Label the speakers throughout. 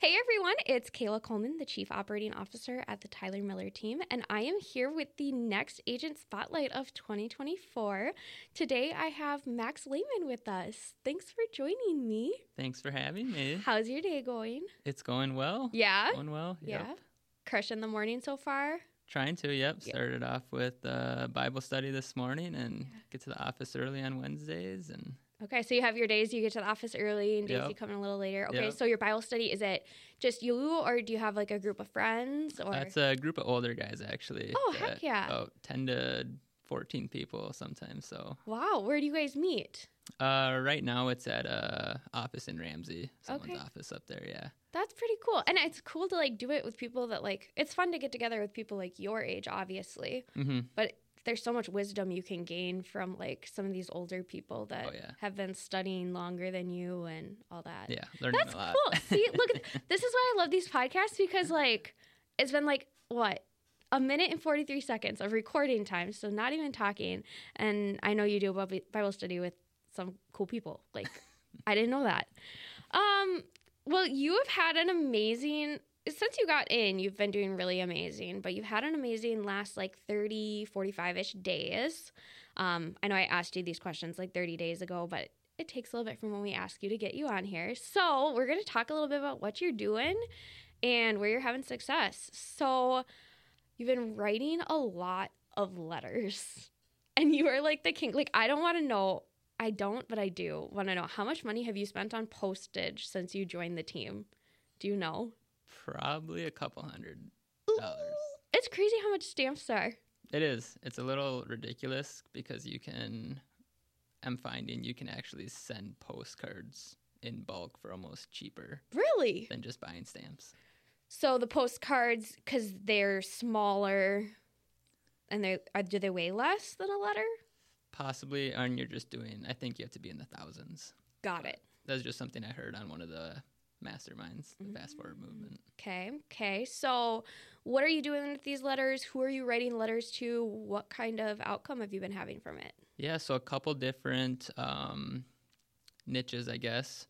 Speaker 1: Hey everyone, it's Kayla Coleman, the Chief Operating Officer at the Tyler Miller team, and I am here with the next Agent Spotlight of 2024. Today I have Max Lehman with us. Thanks for joining me.
Speaker 2: Thanks for having me.
Speaker 1: How's your day going?
Speaker 2: It's going well.
Speaker 1: Yeah?
Speaker 2: Going well. Yep.
Speaker 1: Yeah. Crushing the morning so far?
Speaker 2: Trying to, yep.
Speaker 1: Yeah.
Speaker 2: Started off with uh, Bible study this morning and get to the office early on Wednesdays and
Speaker 1: Okay, so you have your days you get to the office early and days
Speaker 2: Yep.
Speaker 1: you come in a little later. Okay,
Speaker 2: Yep.
Speaker 1: so your Bible study is it just you or do you have like a group of friends or
Speaker 2: that's a group of older guys actually.
Speaker 1: Oh, heck
Speaker 2: that-
Speaker 1: yeah.
Speaker 2: About 10 to 14 people sometimes. So
Speaker 1: Wow, where do you guys meet?
Speaker 2: uh, right now it's at uh, office in Ramsey, someone's
Speaker 1: Okay.
Speaker 2: office up there, yeah.
Speaker 1: That's pretty cool. And it's cool to like do it with people that like it's fun to get together with people like your age obviously,
Speaker 2: hmm
Speaker 1: but there's so much wisdom you can gain from like some of these older people that
Speaker 2: Oh, yeah.
Speaker 1: have been studying longer than you and all that.
Speaker 2: Yeah, learning
Speaker 1: That's
Speaker 2: a lot.
Speaker 1: cool. See, look at this is why I love these podcasts because like it's been like what? A minute and 43 seconds of recording time, so not even talking. And I know you do a Bib- Bible study with some cool people. Like I didn't know that. Um well, you have had an amazing since you got in, you've been doing really amazing, but you've had an amazing last like 30, 45 ish days. Um, I know I asked you these questions like 30 days ago, but it takes a little bit from when we ask you to get you on here. So, we're going to talk a little bit about what you're doing and where you're having success. So, you've been writing a lot of letters, and you are like the king. Like, I don't want to know. I don't, but I do want to know how much money have you spent on postage since you joined the team? Do you know?
Speaker 2: Probably a couple hundred dollars.
Speaker 1: It's crazy how much stamps are.
Speaker 2: It is. It's a little ridiculous because you can, I'm finding you can actually send postcards in bulk for almost cheaper
Speaker 1: Really?
Speaker 2: than just buying stamps.
Speaker 1: So the postcards, because they're smaller, and they are do they weigh less than a letter?
Speaker 2: Possibly, and you're just doing, I think you have to be in the thousands.
Speaker 1: Got it.
Speaker 2: That's just something I heard on one of the masterminds, the fast forward
Speaker 1: Mm.
Speaker 2: movement.
Speaker 1: Okay. Okay. So, what are you doing with these letters? Who are you writing letters to? What kind of outcome have you been having from it?
Speaker 2: Yeah, so a couple different um, niches, I guess.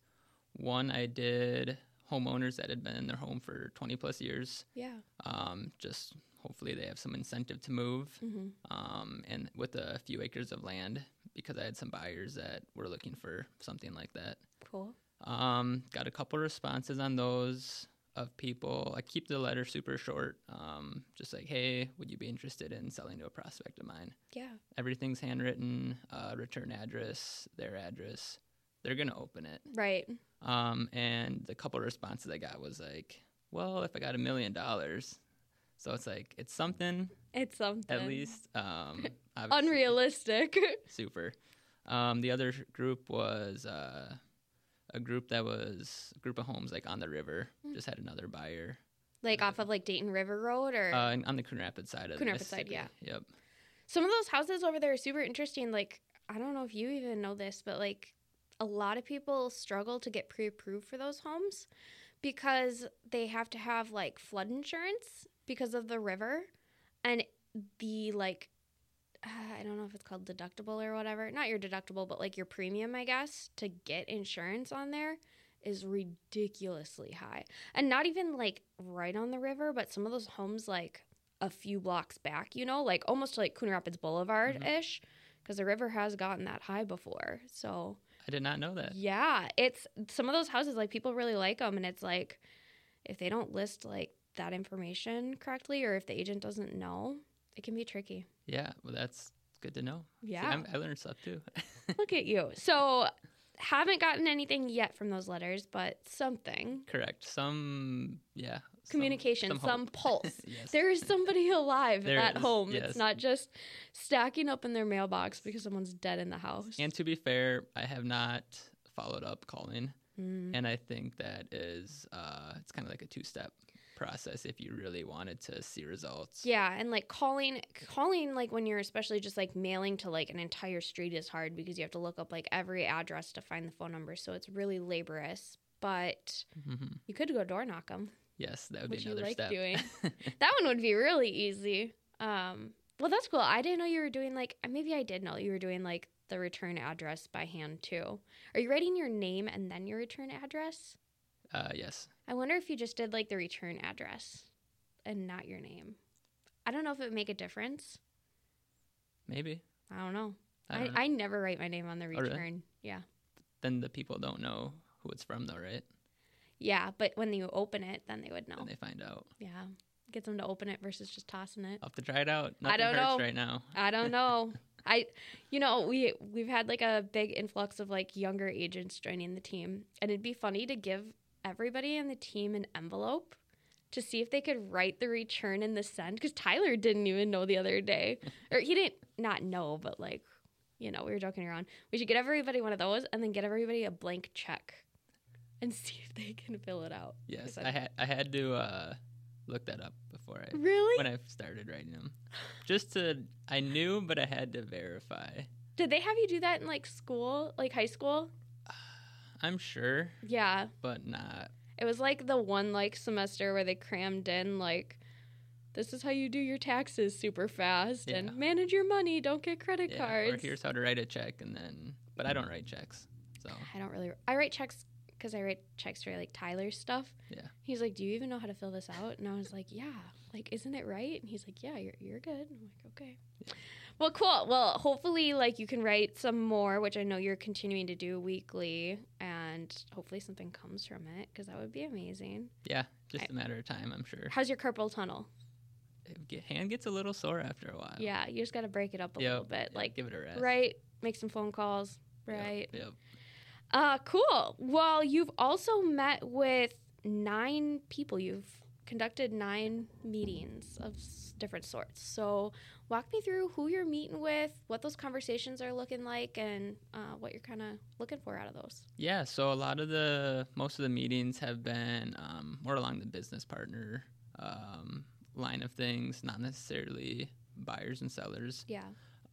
Speaker 2: One, I did homeowners that had been in their home for 20 plus years.
Speaker 1: Yeah.
Speaker 2: Um, just hopefully they have some incentive to move.
Speaker 1: hmm
Speaker 2: um, and with a few acres of land because I had some buyers that were looking for something like that.
Speaker 1: Cool.
Speaker 2: Um, got a couple responses on those of people. I keep the letter super short, um, just like, hey, would you be interested in selling to a prospect of mine?
Speaker 1: Yeah.
Speaker 2: Everything's handwritten, uh, return address, their address. They're going to open it.
Speaker 1: Right.
Speaker 2: Um, and the couple responses I got was like, well, if I got a million dollars. So it's like, it's something,
Speaker 1: It's something.
Speaker 2: at least. Um, obviously-
Speaker 1: Unrealistic.
Speaker 2: super. Um, the other group was uh, a group that was a group of homes like on the river.
Speaker 1: Mm.
Speaker 2: Just had another buyer
Speaker 1: like off of like Dayton River Road or.
Speaker 2: uh, and on the Coon Rapids side of
Speaker 1: Coon
Speaker 2: the
Speaker 1: Rapids side,
Speaker 2: Mississippi.
Speaker 1: yeah.
Speaker 2: Yep.
Speaker 1: Some of those houses over there are super interesting. Like, I don't know if you even know this, but like a lot of people struggle to get pre approved for those homes because they have to have like flood insurance because of the river and the like. Uh, I don't know if it's called deductible or whatever. Not your deductible, but like your premium, I guess, to get insurance on there is ridiculously high. And not even like right on the river, but some of those homes like a few blocks back, you know, like almost like Coon Rapids Boulevard
Speaker 2: Mm-hmm.
Speaker 1: ish, because the river has gotten that high before. So
Speaker 2: I did not know that.
Speaker 1: yeah, it's some of those houses like people really like them, and it's like if they don't list like that information correctly, or if the agent doesn't know, it can be tricky.
Speaker 2: Yeah. Well, that's good to know. See,
Speaker 1: Yeah,
Speaker 2: I'm- I learned stuff too.
Speaker 1: look at you. So haven't gotten anything yet from those letters, but something
Speaker 2: Correct. Some yeah. some-
Speaker 1: communication, some,
Speaker 2: hope.
Speaker 1: pulse.
Speaker 2: yes.
Speaker 1: There is somebody alive
Speaker 2: There
Speaker 1: at
Speaker 2: is,
Speaker 1: home.
Speaker 2: yes.
Speaker 1: It's not just stacking up in their mailbox because someone's dead in the house.
Speaker 2: And to be fair, I have not followed up calling.
Speaker 1: Mm.
Speaker 2: And I think that is, uh, it's kind of like a two step process if you really wanted to see results.
Speaker 1: Yeah, and like calling calling like when you're especially just like mailing to like an entire street is hard because you have to look up like every address to find the phone number, so it's really laborious. But
Speaker 2: Mhm.
Speaker 1: you could go door knock them,
Speaker 2: Yes, that would
Speaker 1: which
Speaker 2: be
Speaker 1: you
Speaker 2: another
Speaker 1: like
Speaker 2: step.
Speaker 1: doing. that one would be really easy. Um, well, that's cool. I didn't know you were doing like maybe I did know you were doing like the return address by hand too. Are you writing your name and then your return address?
Speaker 2: Uh, yes.
Speaker 1: I wonder if you just did like the return address and not your name. I don't know if it would make a difference.
Speaker 2: Maybe.
Speaker 1: I don't know.
Speaker 2: I
Speaker 1: I,
Speaker 2: don't know.
Speaker 1: I, never write my name on the
Speaker 2: Oh, really?
Speaker 1: return. Yeah.
Speaker 2: then the people don't know who it's from, though, right?
Speaker 1: Yeah, but when you open it, then they would know.
Speaker 2: Then they find out.
Speaker 1: yeah. Get them to open it versus just tossing it.
Speaker 2: I'll have to try it out.
Speaker 1: I
Speaker 2: Nothing
Speaker 1: don't
Speaker 2: hurts
Speaker 1: know.
Speaker 2: right now.
Speaker 1: I don't know. I you know, we we've had like a big influx of like younger agents joining the team and it'd be funny to give everybody in the team an envelope to see if they could write the return and the send cuz Tyler didn't even know the other day. or he didn't not know, but like you know, we were joking around. We should get everybody one of those and then get everybody a blank check and see if they can fill it out.
Speaker 2: Yes,
Speaker 1: I-
Speaker 2: I had I had to uh, look that up before I
Speaker 1: Really?
Speaker 2: when I started writing them, just to I knew, but I had to verify.
Speaker 1: Did they have you do that in like school, like high school?
Speaker 2: I'm sure,
Speaker 1: Yeah.
Speaker 2: but not.
Speaker 1: It was like the one like semester where they crammed in like this is how you do your taxes super fast
Speaker 2: Yeah.
Speaker 1: and manage your money, don't get credit
Speaker 2: Yeah,
Speaker 1: cards.
Speaker 2: or here's how to write a check, and then but I don't write checks, so
Speaker 1: I don't really I write checks cuz I write checks for like Tyler's stuff.
Speaker 2: Yeah.
Speaker 1: He's like, "Do you even know how to fill this out?" And I was like, "Yeah." Like, "Isn't it right?" And he's like, "Yeah, you're you're good." I'm like, "Okay." Well, cool. Well, hopefully like you can write some more, which I know you're continuing to do weekly, and hopefully something comes from it cuz that would be amazing.
Speaker 2: yeah, just
Speaker 1: I-
Speaker 2: a matter of time. I'm sure.
Speaker 1: How's your carpal tunnel?
Speaker 2: It get- hand gets a little sore after a while.
Speaker 1: Yeah, you just got to break it up a
Speaker 2: Yep,
Speaker 1: little bit.
Speaker 2: yeah,
Speaker 1: Like,
Speaker 2: give it a rest.
Speaker 1: right, make some phone calls.
Speaker 2: Yep,
Speaker 1: Right.
Speaker 2: Yep.
Speaker 1: Uh, cool. Well, you've also met with nine people. You've conducted nine meetings of s- different sorts. So, walk me through who you're meeting with, what those conversations are looking like, and uh, what you're kind of looking for out of those.
Speaker 2: Yeah, so a lot of the most of the meetings have been um, more along the business partner um, line of things, not necessarily buyers and sellers.
Speaker 1: Yeah.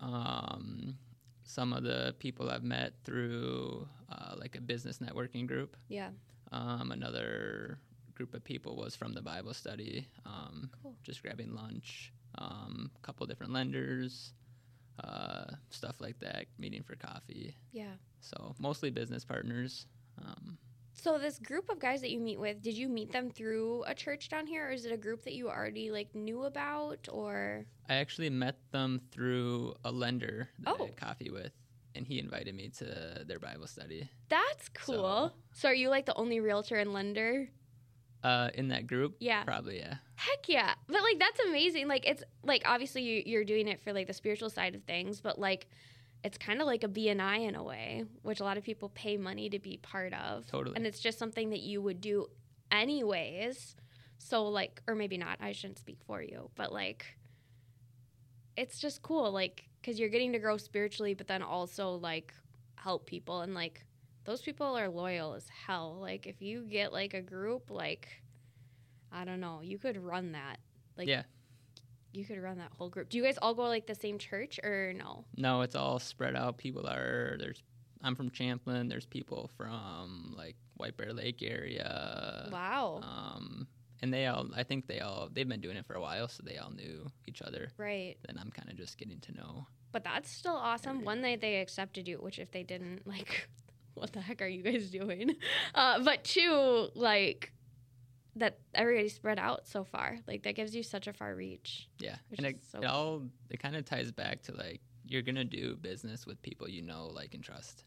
Speaker 2: Um, some of the people I've met through uh, like a business networking group.
Speaker 1: Yeah.
Speaker 2: Um, another group of people was from the Bible study, um,
Speaker 1: Cool.
Speaker 2: just grabbing lunch. Um, a couple different lenders, uh, stuff like that, meeting for coffee.
Speaker 1: Yeah.
Speaker 2: So mostly business partners. Um,
Speaker 1: So this group of guys that you meet with, did you meet them through a church down here, or is it a group that you already like knew about, or
Speaker 2: I actually met them through a lender that I
Speaker 1: Oh.
Speaker 2: had coffee with, and he invited me to their Bible study.
Speaker 1: That's cool. So, are you like the only realtor and lender?
Speaker 2: Uh, in that group,
Speaker 1: Yeah.
Speaker 2: probably yeah,
Speaker 1: Heck yeah. But like that's amazing. Like it's like obviously you, you're doing it for like the spiritual side of things, but like it's kind of like a BNI in a way, which a lot of people pay money to be part of.
Speaker 2: Totally.
Speaker 1: And it's just something that you would do anyways. So like or maybe not. I shouldn't speak for you, but like it's just cool like cuz you're getting to grow spiritually but then also like help people and like those people are loyal as hell. Like if you get like a group like I don't know, you could run that. Like
Speaker 2: yeah.
Speaker 1: you could run that whole group. Do you guys all go like the same church or no?
Speaker 2: No, it's all spread out. People are there's. I'm from Champlin. There's people from like White Bear Lake area.
Speaker 1: wow.
Speaker 2: Um, and they all. I think they all. They've been doing it for a while, so they all knew each other.
Speaker 1: right.
Speaker 2: Then I'm kind of just getting to know.
Speaker 1: But that's still awesome.
Speaker 2: Yeah.
Speaker 1: One that they accepted you, which if they didn't, like, what the heck are you guys doing? Uh, but two, like, that everybody spread out so far. Like, that gives you such a far reach.
Speaker 2: Yeah,
Speaker 1: Which
Speaker 2: and
Speaker 1: is
Speaker 2: it,
Speaker 1: so
Speaker 2: it all it kind of ties back to like you're gonna do business with people you know, like and trust,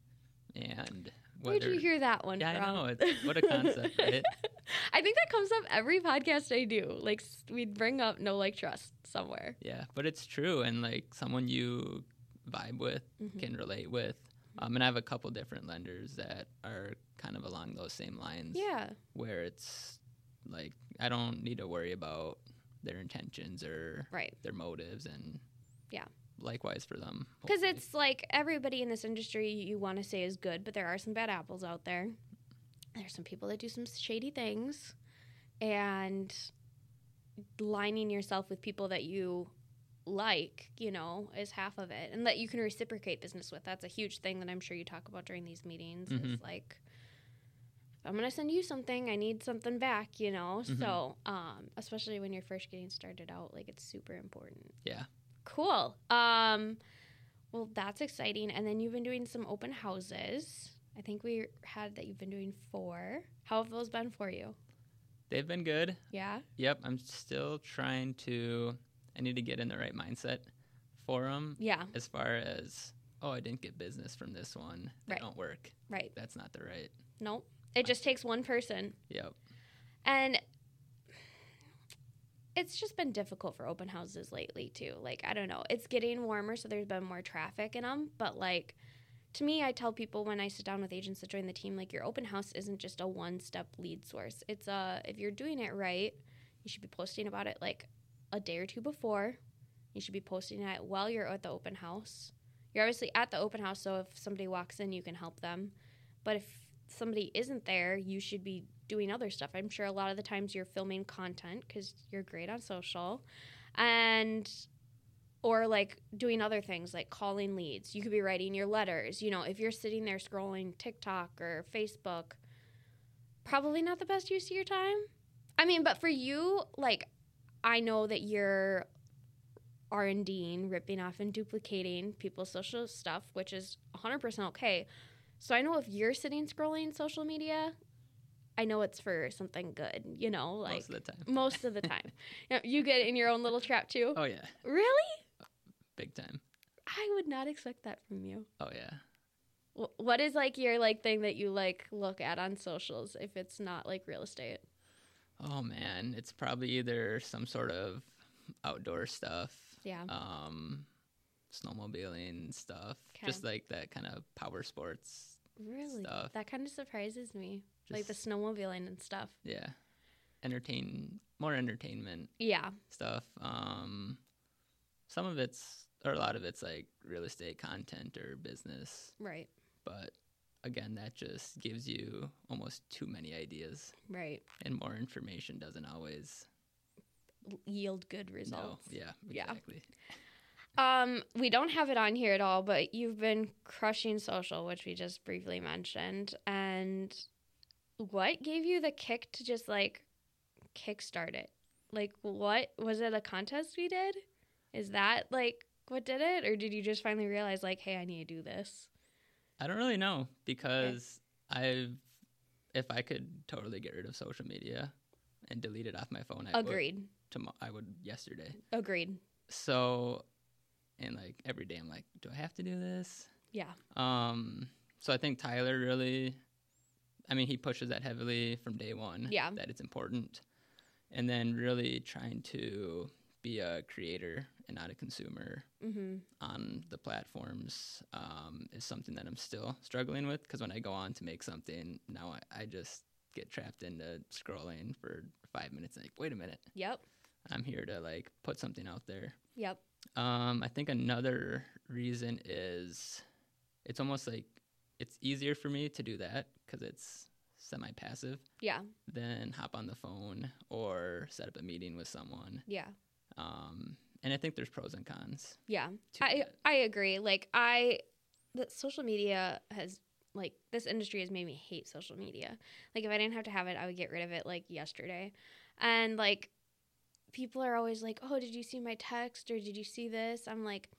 Speaker 2: and
Speaker 1: Where'd you hear that one
Speaker 2: yeah, I
Speaker 1: from?
Speaker 2: know. It's, what a concept, right?
Speaker 1: I think that comes up every podcast I do. Like, s- we bring up no like trust somewhere.
Speaker 2: Yeah, but it's true, and like someone you vibe with
Speaker 1: Mhm.
Speaker 2: can relate with. Um, and I have a couple different lenders that are kind of along those same lines.
Speaker 1: Yeah.
Speaker 2: Where it's like I don't need to worry about their intentions or
Speaker 1: Right.
Speaker 2: their motives, and
Speaker 1: Yeah.
Speaker 2: likewise for them.
Speaker 1: Because
Speaker 2: hopefully.
Speaker 1: it's like everybody in this industry you want to say is good, but there are some bad apples out there. There's some people that do some shady things, and lining yourself with people that you like, you know, is half of it, and that you can reciprocate business with. That's a huge thing that I'm sure you talk about during these meetings. Is
Speaker 2: Mhm.
Speaker 1: like, if I'm gonna send you something, I need something back, you know.
Speaker 2: Mhm.
Speaker 1: So, um, especially when you're first getting started out, like it's super important.
Speaker 2: Yeah.
Speaker 1: Cool. Um, well, that's exciting. And then you've been doing some open houses. I think we had that you've been doing four. How have those been for you?
Speaker 2: They've been good.
Speaker 1: Yeah.
Speaker 2: Yep, I'm still trying to. I need to get in the right mindset for them
Speaker 1: Yeah.
Speaker 2: as far as oh, I didn't get business from this one. They
Speaker 1: Right.
Speaker 2: don't work.
Speaker 1: Right.
Speaker 2: That's not the right.
Speaker 1: Nope. It just takes one person.
Speaker 2: Yep.
Speaker 1: And it's just been difficult for open houses lately, too. Like, I don't know. It's getting warmer, so there's been more traffic in them. But, like, to me, I tell people when I sit down with agents to join the team, like, your open house isn't just a one step lead source. It's a, if you're doing it right, you should be posting about it like a day or two before. You should be posting it while you're at the open house. You're obviously at the open house, so if somebody walks in, you can help them. But if somebody isn't there, you should be doing other stuff. I'm sure a lot of the times you're filming content because you're great on social, and or like doing other things like calling leads. You could be writing your letters. You know, if you're sitting there scrolling TikTok or Facebook, probably not the best use of your time. I mean, but for you, like, I know that you're R and Ding, ripping off and duplicating people's social stuff, which is 100% okay. So I know if you're sitting scrolling social media, I know it's for something good. You know, like
Speaker 2: most of the time.
Speaker 1: most of the time. You, know, you get in your own little trap too.
Speaker 2: Oh yeah,
Speaker 1: Really?
Speaker 2: big time.
Speaker 1: I would not expect that from you.
Speaker 2: Oh yeah.
Speaker 1: Wh- What is like your like thing that you like look at on socials if it's not like real estate?
Speaker 2: Oh man, it's probably either some sort of outdoor stuff,
Speaker 1: Yeah.
Speaker 2: um, snowmobiling stuff,
Speaker 1: 'Kay.
Speaker 2: just like that kind of power sports.
Speaker 1: Really?
Speaker 2: stuff.
Speaker 1: That kind of surprises me. like the
Speaker 2: just-
Speaker 1: snowmobiling and stuff.
Speaker 2: yeah, entertain more entertainment
Speaker 1: Yeah.
Speaker 2: stuff. Um, some of it's or a lot of it's like real estate content or business,
Speaker 1: Right.
Speaker 2: but again, that just gives you almost too many ideas,
Speaker 1: Right.
Speaker 2: and more information doesn't always.
Speaker 1: L- Yield good
Speaker 2: No,
Speaker 1: results.
Speaker 2: yeah,
Speaker 1: Yeah.
Speaker 2: exactly.
Speaker 1: Um, we don't have it on here at all, but you've been crushing social, which we just briefly mentioned. And what gave you the kick to just like kickstart it? Like, what was it a contest we did? Is that like what did it, or did you just finally realize like, hey, I need to do this?
Speaker 2: I don't really know because I've if I could totally get rid of social media and delete it off my phone, I would
Speaker 1: Agreed.
Speaker 2: tomo- I would yesterday.
Speaker 1: Agreed.
Speaker 2: So, and like every day, I'm like, do I have to do this?
Speaker 1: Yeah.
Speaker 2: Um. So I think Tyler really, I mean, he pushes that heavily from day one.
Speaker 1: Yeah.
Speaker 2: That it's important, and then really trying to be a creator and not a consumer
Speaker 1: Mm-hmm.
Speaker 2: on the platforms um, is something that I'm still struggling with because when I go on to make something, now I, I just get trapped into scrolling for five minutes. Like, wait a minute,
Speaker 1: Yep.
Speaker 2: I'm here to like put something out there.
Speaker 1: Yep.
Speaker 2: Um, I think another reason is it's almost like it's easier for me to do that because it's semi passive
Speaker 1: Yeah.
Speaker 2: than hop on the phone or set up a meeting with someone.
Speaker 1: Yeah.
Speaker 2: Um, and I think there's pros and cons.
Speaker 1: Yeah.
Speaker 2: to
Speaker 1: I
Speaker 2: that.
Speaker 1: I agree. Like I, the social media has like this industry has made me hate social media. Like if I didn't have to have it, I would get rid of it like yesterday. And like people are always like, "Oh, did you see my text or did you see this?" I'm like,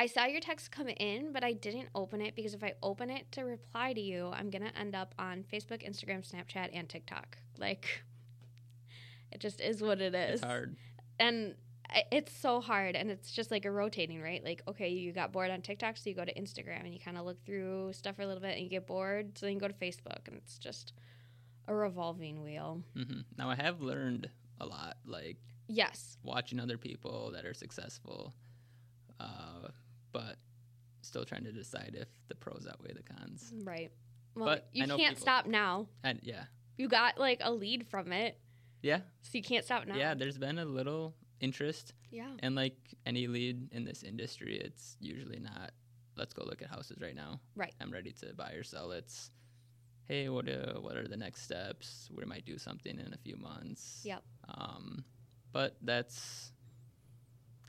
Speaker 1: "I saw your text come in, but I didn't open it because if I open it to reply to you, I'm going to end up on Facebook, Instagram, Snapchat, and TikTok." Like it just is what it is
Speaker 2: it's hard.
Speaker 1: and I- it's so hard and it's just like a rotating right like okay you got bored on tiktok so you go to instagram and you kind of look through stuff for a little bit and you get bored so then you go to facebook and it's just a revolving wheel
Speaker 2: hmm Now I have learned a lot, like
Speaker 1: yes
Speaker 2: watching other people that are successful, uh, but still trying to decide if the pros outweigh the cons.
Speaker 1: right well
Speaker 2: But
Speaker 1: you
Speaker 2: I know
Speaker 1: can't
Speaker 2: people-
Speaker 1: stop now
Speaker 2: And yeah,
Speaker 1: you got like a lead from it
Speaker 2: yeah,
Speaker 1: so you can't stop now
Speaker 2: yeah. There's been a little interest,
Speaker 1: yeah
Speaker 2: and like any lead in this industry, it's usually not. Let's go look at houses right now.
Speaker 1: Right.
Speaker 2: I'm ready to buy or sell. It's hey, what uh, what are the next steps? We might do something in a few months.
Speaker 1: Yep.
Speaker 2: Um, but that's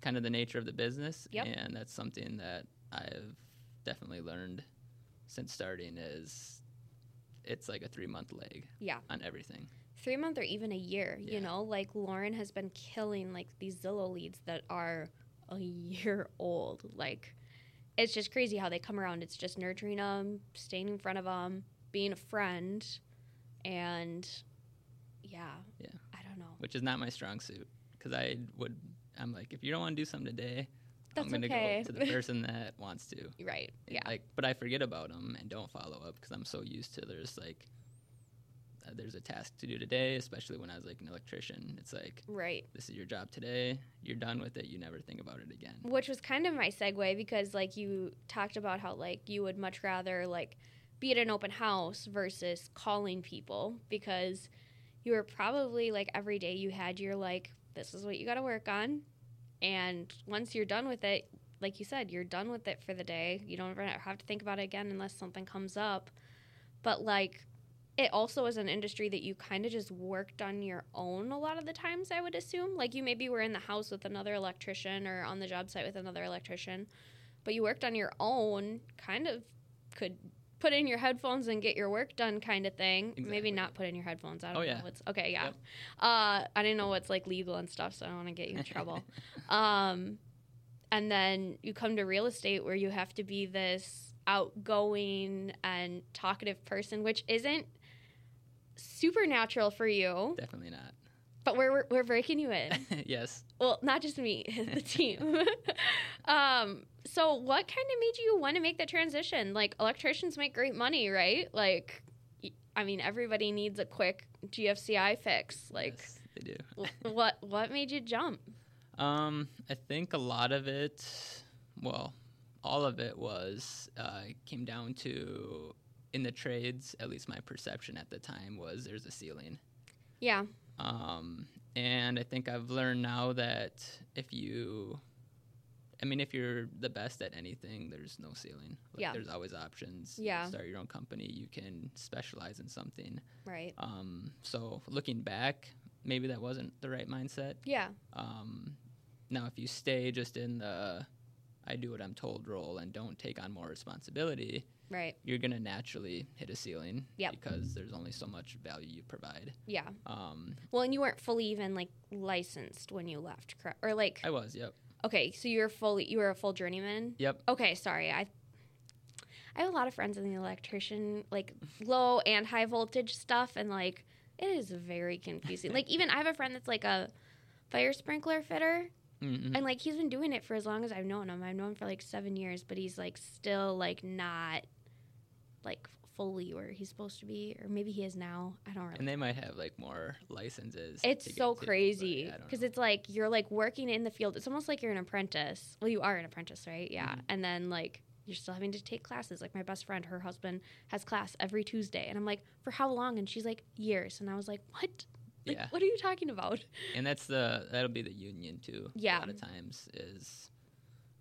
Speaker 2: kind of the nature of the business,
Speaker 1: Yep.
Speaker 2: and that's something that I've definitely learned since starting is it's like a three month lag
Speaker 1: Yeah.
Speaker 2: on everything.
Speaker 1: three month or even a year
Speaker 2: Yeah.
Speaker 1: you know like lauren has been killing like these zillow leads that are a year old like it's just crazy how they come around it's just nurturing them staying in front of them being a friend and yeah.
Speaker 2: Yeah.
Speaker 1: I don't know.
Speaker 2: which is not my strong suit because I would. I'm like, if you don't want to do something today,
Speaker 1: That's
Speaker 2: I'm gonna
Speaker 1: okay.
Speaker 2: go to the person that wants to. And,
Speaker 1: Right. Yeah.
Speaker 2: Like, but I forget about them and don't follow up because I'm so used to there's like, uh, there's a task to do today, especially when I was like an electrician. It's like
Speaker 1: Right.
Speaker 2: this is your job today. You're done with it. You never think about it again.
Speaker 1: Which was kind of my segue because like you talked about how like you would much rather like be at an open house versus calling people because you were probably like every day you had your like this is what you got to work on and once you're done with it like you said you're done with it for the day you don't ever have to think about it again unless something comes up but like it also is an industry that you kind of just worked on your own a lot of the times i would assume like you maybe were in the house with another electrician or on the job site with another electrician but you worked on your own kind of could put in your headphones and get your work done kind of thing maybe
Speaker 2: Exactly.
Speaker 1: not put in your headphones i don't
Speaker 2: Oh,
Speaker 1: know
Speaker 2: yeah.
Speaker 1: what's okay yeah
Speaker 2: Yep.
Speaker 1: uh i didn't know what's like legal and stuff so i don't want to get you in trouble um and then you come to real estate where you have to be this outgoing and talkative person which isn't supernatural for you
Speaker 2: Definitely not.
Speaker 1: but we're we're breaking you in
Speaker 2: yes.
Speaker 1: well not just me the team um so what kind of made you want to make the transition like electricians make great money right like y- i mean everybody needs a quick gfci fix like
Speaker 2: yes, they do.
Speaker 1: wh- what what made you jump
Speaker 2: Um, I think a lot of it, well, all of it was uh, came down to in the trades. At least my perception at the time was there's a ceiling.
Speaker 1: yeah
Speaker 2: Um, and I think I've learned now that if you, I mean, if you're the best at anything, there's no ceiling. Like,
Speaker 1: Yeah.
Speaker 2: There's always options. You
Speaker 1: Yeah.
Speaker 2: start your own company. You can specialize in something.
Speaker 1: right
Speaker 2: Um, so looking back, maybe that wasn't the right mindset.
Speaker 1: yeah
Speaker 2: Um, now, if you stay just in the I do what I'm told role and don't take on more responsibility,
Speaker 1: Right.
Speaker 2: you're going to naturally hit a ceiling
Speaker 1: Yep.
Speaker 2: because there's only so much value you provide.
Speaker 1: Yeah.
Speaker 2: Um,
Speaker 1: Well, and you weren't fully even like licensed when you left, correct? Or like,
Speaker 2: I was, yep.
Speaker 1: okay, so you're fully you were a full journeyman.
Speaker 2: Yep.
Speaker 1: Okay, sorry. I I have a lot of friends in the electrician, like low and high voltage stuff, and like it is very confusing. like even I have a friend that's like a fire sprinkler fitter,
Speaker 2: Mm-hmm.
Speaker 1: and like he's been doing it for as long as I've known him. I've known him for like seven years, but he's like still like not like fully where he's supposed to be, or maybe he is now. I don't really
Speaker 2: And they might have like more licenses. to
Speaker 1: It's
Speaker 2: get
Speaker 1: so
Speaker 2: to, but
Speaker 1: crazy
Speaker 2: I don't
Speaker 1: because
Speaker 2: know.
Speaker 1: it's like you're like working in the field. It's almost like you're an apprentice. Well, you are an apprentice, right? Yeah.
Speaker 2: Mhm.
Speaker 1: And then like you're still having to take classes. Like my best friend, her husband has class every Tuesday, and I'm like, for how long? And she's like, years. And I was like, what? Like,
Speaker 2: Yeah.
Speaker 1: What are you talking about?
Speaker 2: and that's the that'll be the union too.
Speaker 1: Yeah.
Speaker 2: A lot of times is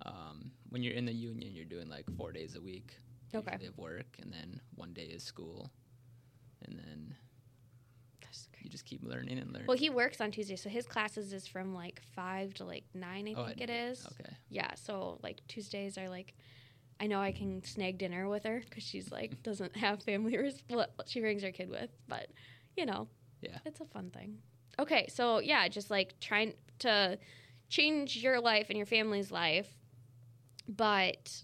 Speaker 2: um, when you're in the union, you're doing like four days a week
Speaker 1: Okay.
Speaker 2: usually of work, and then one day is school, and then
Speaker 1: That's crazy.
Speaker 2: you just keep learning and learning.
Speaker 1: Well, he works on Tuesday, so his classes is from like five to like nine. I
Speaker 2: Oh,
Speaker 1: think
Speaker 2: at
Speaker 1: it
Speaker 2: night.
Speaker 1: is.
Speaker 2: Okay.
Speaker 1: Yeah. So like Tuesdays are like. I know I can snag dinner with her because she's like doesn't have family. Res- well, she brings her kid with, but you know,
Speaker 2: Yeah.
Speaker 1: it's a fun thing. Okay, so yeah, just like trying to change your life and your family's life, but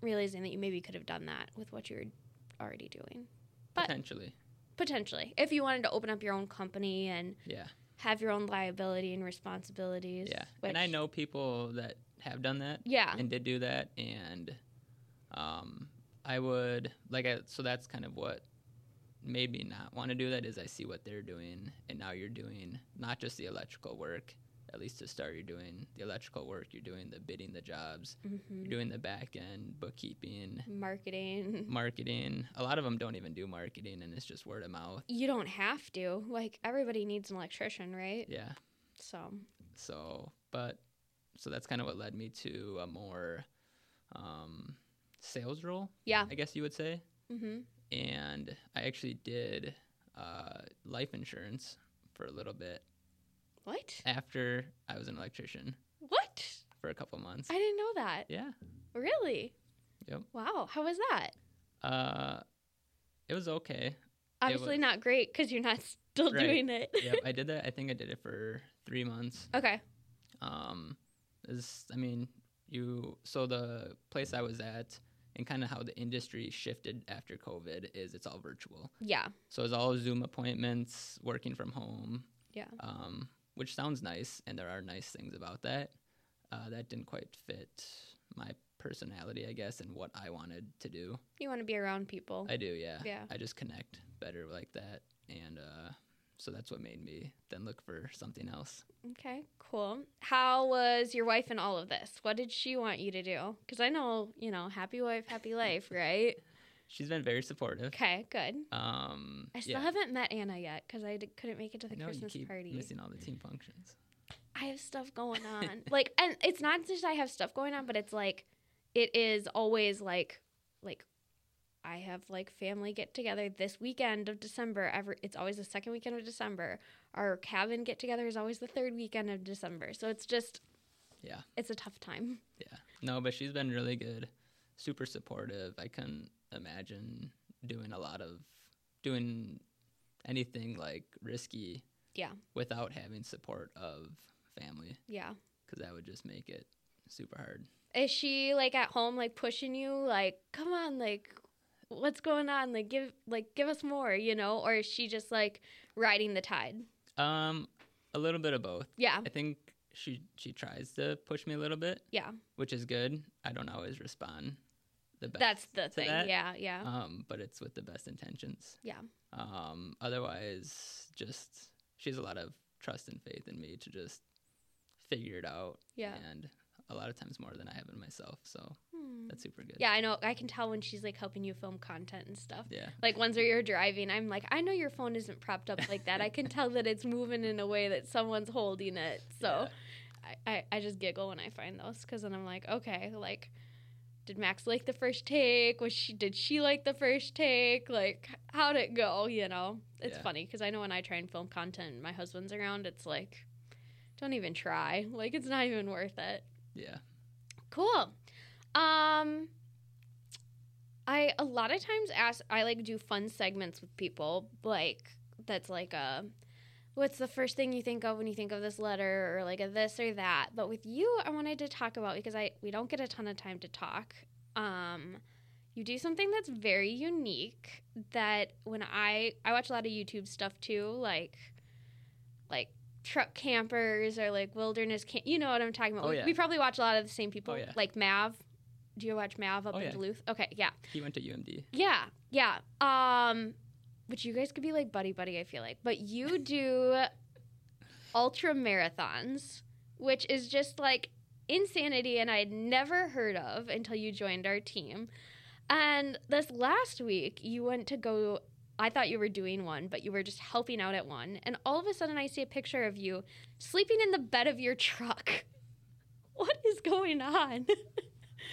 Speaker 1: realizing that you maybe could have done that with what you were already doing But-
Speaker 2: Potentially.
Speaker 1: potentially if you wanted to open up your own company and
Speaker 2: Yeah.
Speaker 1: have your own liability and responsibilities.
Speaker 2: Yeah.
Speaker 1: which-
Speaker 2: And I know people that have done that
Speaker 1: Yeah.
Speaker 2: and did do that. And um, I would, like, I, so that's kind of what made me not want to do that is I see what they're doing. And now you're doing not just the electrical work, at least to start, you're doing the electrical work, you're doing the bidding, the jobs,
Speaker 1: Mhm.
Speaker 2: you're doing the back end, bookkeeping,
Speaker 1: Marketing.
Speaker 2: marketing. A lot of them don't even do marketing and it's just word of mouth.
Speaker 1: You don't have to. Like everybody needs an electrician, right?
Speaker 2: Yeah.
Speaker 1: So
Speaker 2: So, but so that's kind of what led me to a more um, sales role,
Speaker 1: yeah.
Speaker 2: I guess you would say.
Speaker 1: hmm
Speaker 2: And I actually did uh, life insurance for a little bit
Speaker 1: What?
Speaker 2: Eh. after I was an electrician
Speaker 1: What?
Speaker 2: for a couple months.
Speaker 1: I didn't know that.
Speaker 2: yeah,
Speaker 1: Really?
Speaker 2: Yep.
Speaker 1: Wow. How was that?
Speaker 2: uh, it was okay.
Speaker 1: Obviously
Speaker 2: was-
Speaker 1: not great because you're not still
Speaker 2: Right.
Speaker 1: doing it.
Speaker 2: yep, I did that. I think I did it for three months.
Speaker 1: okay.
Speaker 2: Um, is I mean, you so the place I was at, and kind of how the industry shifted after COVID is it's all virtual.
Speaker 1: Yeah.
Speaker 2: So it's all Zoom appointments, working from home,
Speaker 1: Yeah.
Speaker 2: um, which sounds nice, and there are nice things about that. Uh, that didn't quite fit my personality, I guess, and what I wanted to do.
Speaker 1: You want to be around people.
Speaker 2: I do, yeah.
Speaker 1: Yeah.
Speaker 2: I just connect better like that, and uh, so that's what made me then look for something else.
Speaker 1: Okay, cool. How was your wife in all of this? What did she want you to do? Because I know, you know, happy wife, happy life, right?
Speaker 2: She's been very supportive.
Speaker 1: Okay, good.
Speaker 2: Um,
Speaker 1: I still
Speaker 2: yeah.
Speaker 1: haven't met Anna yet because I d- couldn't make it to
Speaker 2: I
Speaker 1: the
Speaker 2: know
Speaker 1: Christmas
Speaker 2: you keep
Speaker 1: party.
Speaker 2: missing all the team functions.
Speaker 1: I have stuff going on. like, and it's not just I have stuff going on, but it's like, it is always like, like, I have like family get together this weekend of December. Every it's always the second weekend of December. Our cabin get together is always the third weekend of December. So it's just,
Speaker 2: Yeah.
Speaker 1: it's a tough time.
Speaker 2: Yeah. No, but she's been really good, super supportive. I couldn't imagine doing a lot of doing anything like risky.
Speaker 1: Yeah.
Speaker 2: Without having support of family,
Speaker 1: Yeah.
Speaker 2: because that would just make it super hard.
Speaker 1: Is she like at home, like pushing you, like, come on, like, what's going on? Like, give, like, give us more, you know? Or is she just like riding the tide?
Speaker 2: Um, a little bit of both.
Speaker 1: Yeah,
Speaker 2: I think she she tries to push me a little bit,
Speaker 1: yeah,
Speaker 2: which is good. I don't always respond the best.
Speaker 1: that's the
Speaker 2: to
Speaker 1: thing.
Speaker 2: that.
Speaker 1: Yeah, yeah,
Speaker 2: um, but it's with the best intentions.
Speaker 1: Yeah.
Speaker 2: Um, otherwise, just she's a lot of trust and faith in me to just figure it out.
Speaker 1: Yeah.
Speaker 2: And a lot of times more than I have in myself. So
Speaker 1: Hmm.
Speaker 2: that's super good.
Speaker 1: yeah. I know. I can tell when she's like helping you film content and stuff.
Speaker 2: Yeah.
Speaker 1: Like ones where you're driving, I'm like, I know your phone isn't propped up like that. I can tell that it's moving in a way that someone's holding it. So, I, I, I just giggle when I find those because then I'm like, okay, like, did Max like the first take? Was she did she like the first take? Like, how'd it go? You know, it's
Speaker 2: Yeah.
Speaker 1: funny because I know when I try and film content, and my husband's around, it's like, don't even try. Like, it's not even worth it.
Speaker 2: Yeah.
Speaker 1: Cool. Um I a lot of times ask I like do fun segments with people like that's like a what's the first thing you think of when you think of this letter or like a this or that. But with you I wanted to talk about because I we don't get a ton of time to talk. Um you do something that's very unique that when I I watch a lot of YouTube stuff too like like truck campers or like wilderness camp you know what I'm talking about.
Speaker 2: Oh,
Speaker 1: We-
Speaker 2: yeah.
Speaker 1: we probably watch a lot of the same people
Speaker 2: Oh, yeah.
Speaker 1: like Mav. Do you watch Mav up
Speaker 2: Oh,
Speaker 1: in
Speaker 2: yeah.
Speaker 1: Duluth? Okay, yeah.
Speaker 2: He went to UMD.
Speaker 1: Yeah, yeah. Um but you guys could be like buddy buddy, I feel like. But you do ultra marathons, which is just like insanity and I had never heard of until you joined our team. And this last week you went to go I thought you were doing one, but you were just helping out at one. And all of a sudden I see a picture of you sleeping in the bed of your truck. What is going on?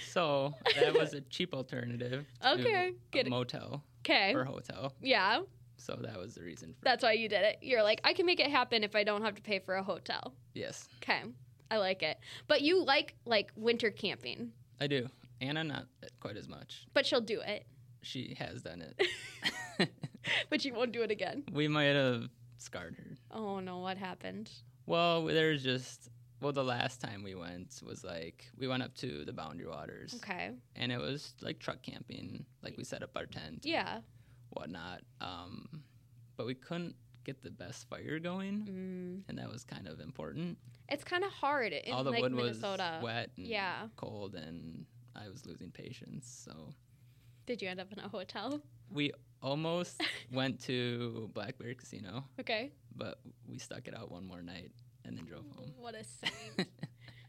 Speaker 2: So that was a cheap alternative. to
Speaker 1: Okay,
Speaker 2: A
Speaker 1: good.
Speaker 2: motel
Speaker 1: Okay.
Speaker 2: or hotel.
Speaker 1: Yeah.
Speaker 2: So that was the reason for
Speaker 1: That's why you did it. You're like, I can make it happen if I don't have to pay for a hotel.
Speaker 2: Yes,
Speaker 1: Okay. I like it. But you like like winter camping,
Speaker 2: I do. Anna, not quite as much.
Speaker 1: but she'll do it.
Speaker 2: She has done it.
Speaker 1: But she won't do it again.
Speaker 2: we might have scarred her.
Speaker 1: Oh no, what happened?
Speaker 2: Well, there's just well, the last time we went was like we went up to the Boundary Waters,
Speaker 1: Okay.
Speaker 2: and it was like truck camping. Like we set up our tent, and
Speaker 1: Yeah.
Speaker 2: whatnot. Um, but we couldn't get the best fire going,
Speaker 1: Mm.
Speaker 2: and that was kind of important.
Speaker 1: It's kind of hard in
Speaker 2: All the
Speaker 1: like
Speaker 2: wood
Speaker 1: Minnesota.
Speaker 2: was wet and
Speaker 1: Yeah.
Speaker 2: cold, and I was losing patience. So
Speaker 1: Did you end up in a hotel?
Speaker 2: we almost went to Black Bear Casino,
Speaker 1: Okay.
Speaker 2: but we stuck it out one more night and then drove home.
Speaker 1: What a saint.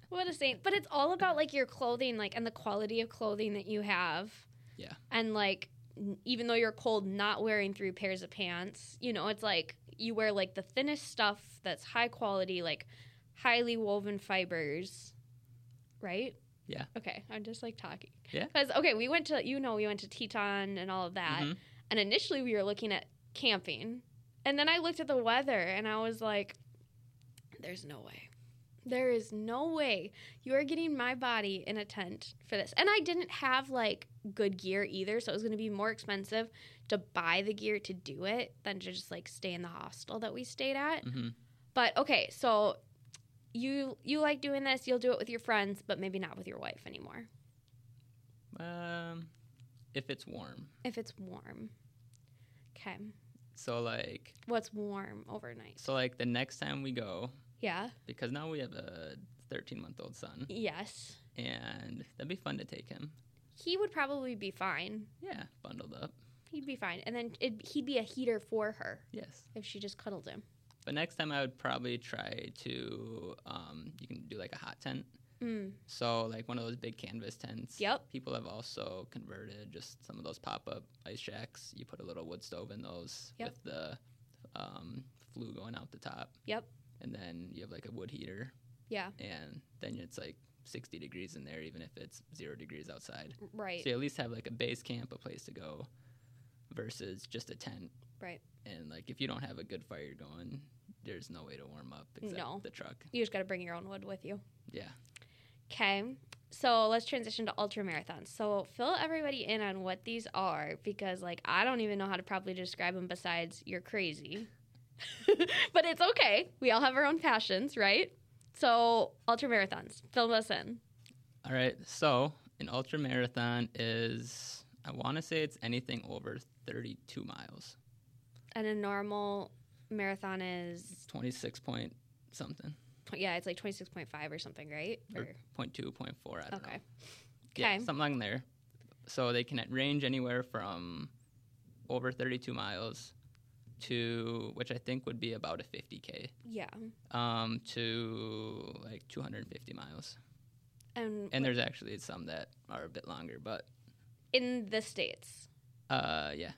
Speaker 1: what a saint. But it's all about like your clothing, like and the quality of clothing that you have.
Speaker 2: Yeah.
Speaker 1: And like n- even though you're cold, not wearing three pairs of pants, you know, it's like you wear like the thinnest stuff that's high quality, like highly woven fibers, right?
Speaker 2: Yeah.
Speaker 1: Okay, I'm just like talking.
Speaker 2: Yeah.
Speaker 1: Because okay, we went to you know we went to Teton and all of that,
Speaker 2: Mhm.
Speaker 1: and initially we were looking at camping, and then I looked at the weather and I was like, "There's no way, there is no way you are getting my body in a tent for this." And I didn't have like good gear either, so it was going to be more expensive to buy the gear to do it than to just like stay in the hostel that we stayed at.
Speaker 2: Mhm.
Speaker 1: But okay, so you you like doing this, you'll do it with your friends, but maybe not with your wife anymore.
Speaker 2: Um, if it's warm.
Speaker 1: If it's warm. Okay.
Speaker 2: So like
Speaker 1: What's warm overnight?
Speaker 2: so like the next time we go
Speaker 1: Yeah.
Speaker 2: because now we have a 13 month old son
Speaker 1: Yes.
Speaker 2: and that'd be fun to take him.
Speaker 1: He would probably be fine.
Speaker 2: Yeah, bundled up.
Speaker 1: He'd be fine. And then it, he'd be a heater for her
Speaker 2: Yes.
Speaker 1: if she just cuddled him.
Speaker 2: But next time I would probably try to um you can do like a hot tent.
Speaker 1: Mm.
Speaker 2: So like one of those big canvas tents.
Speaker 1: Yep.
Speaker 2: People have also converted just some of those pop up ice shacks. You put a little wood stove in those
Speaker 1: Yep.
Speaker 2: with the um, flue going out the top.
Speaker 1: Yep.
Speaker 2: And then you have like a wood heater,
Speaker 1: Yeah.
Speaker 2: and then it's like 60 degrees in there, even if it's zero degrees outside.
Speaker 1: Right.
Speaker 2: So you at least have like a base camp, a place to go, versus just a tent.
Speaker 1: Right.
Speaker 2: And like if you don't have a good fire going, there's no way to warm up except
Speaker 1: No.
Speaker 2: the truck.
Speaker 1: You just got to bring your own wood with you.
Speaker 2: Yeah.
Speaker 1: Okay. So let's transition to ultra marathons. So fill everybody in on what these are because, like, I don't even know how to properly describe them besides you're crazy. but it's okay. We all have our own passions, right? So ultra marathons, fill us in.
Speaker 2: All right. So an ultra marathon is, I want to say it's anything over 32 miles,
Speaker 1: And a normal marathon is,
Speaker 2: 26 point something,
Speaker 1: yeah, it's like 26.5 or something, right?
Speaker 2: or
Speaker 1: Or-
Speaker 2: point two, point four. I don't
Speaker 1: okay.
Speaker 2: know. Yeah,
Speaker 1: Okay.
Speaker 2: something along there. So they can range anywhere from over 32 miles to, which I think would be about a 50K,
Speaker 1: Yeah.
Speaker 2: um, to like 250 miles.
Speaker 1: And,
Speaker 2: And there's actually some that are a bit longer, but
Speaker 1: in the States.
Speaker 2: uh, yeah.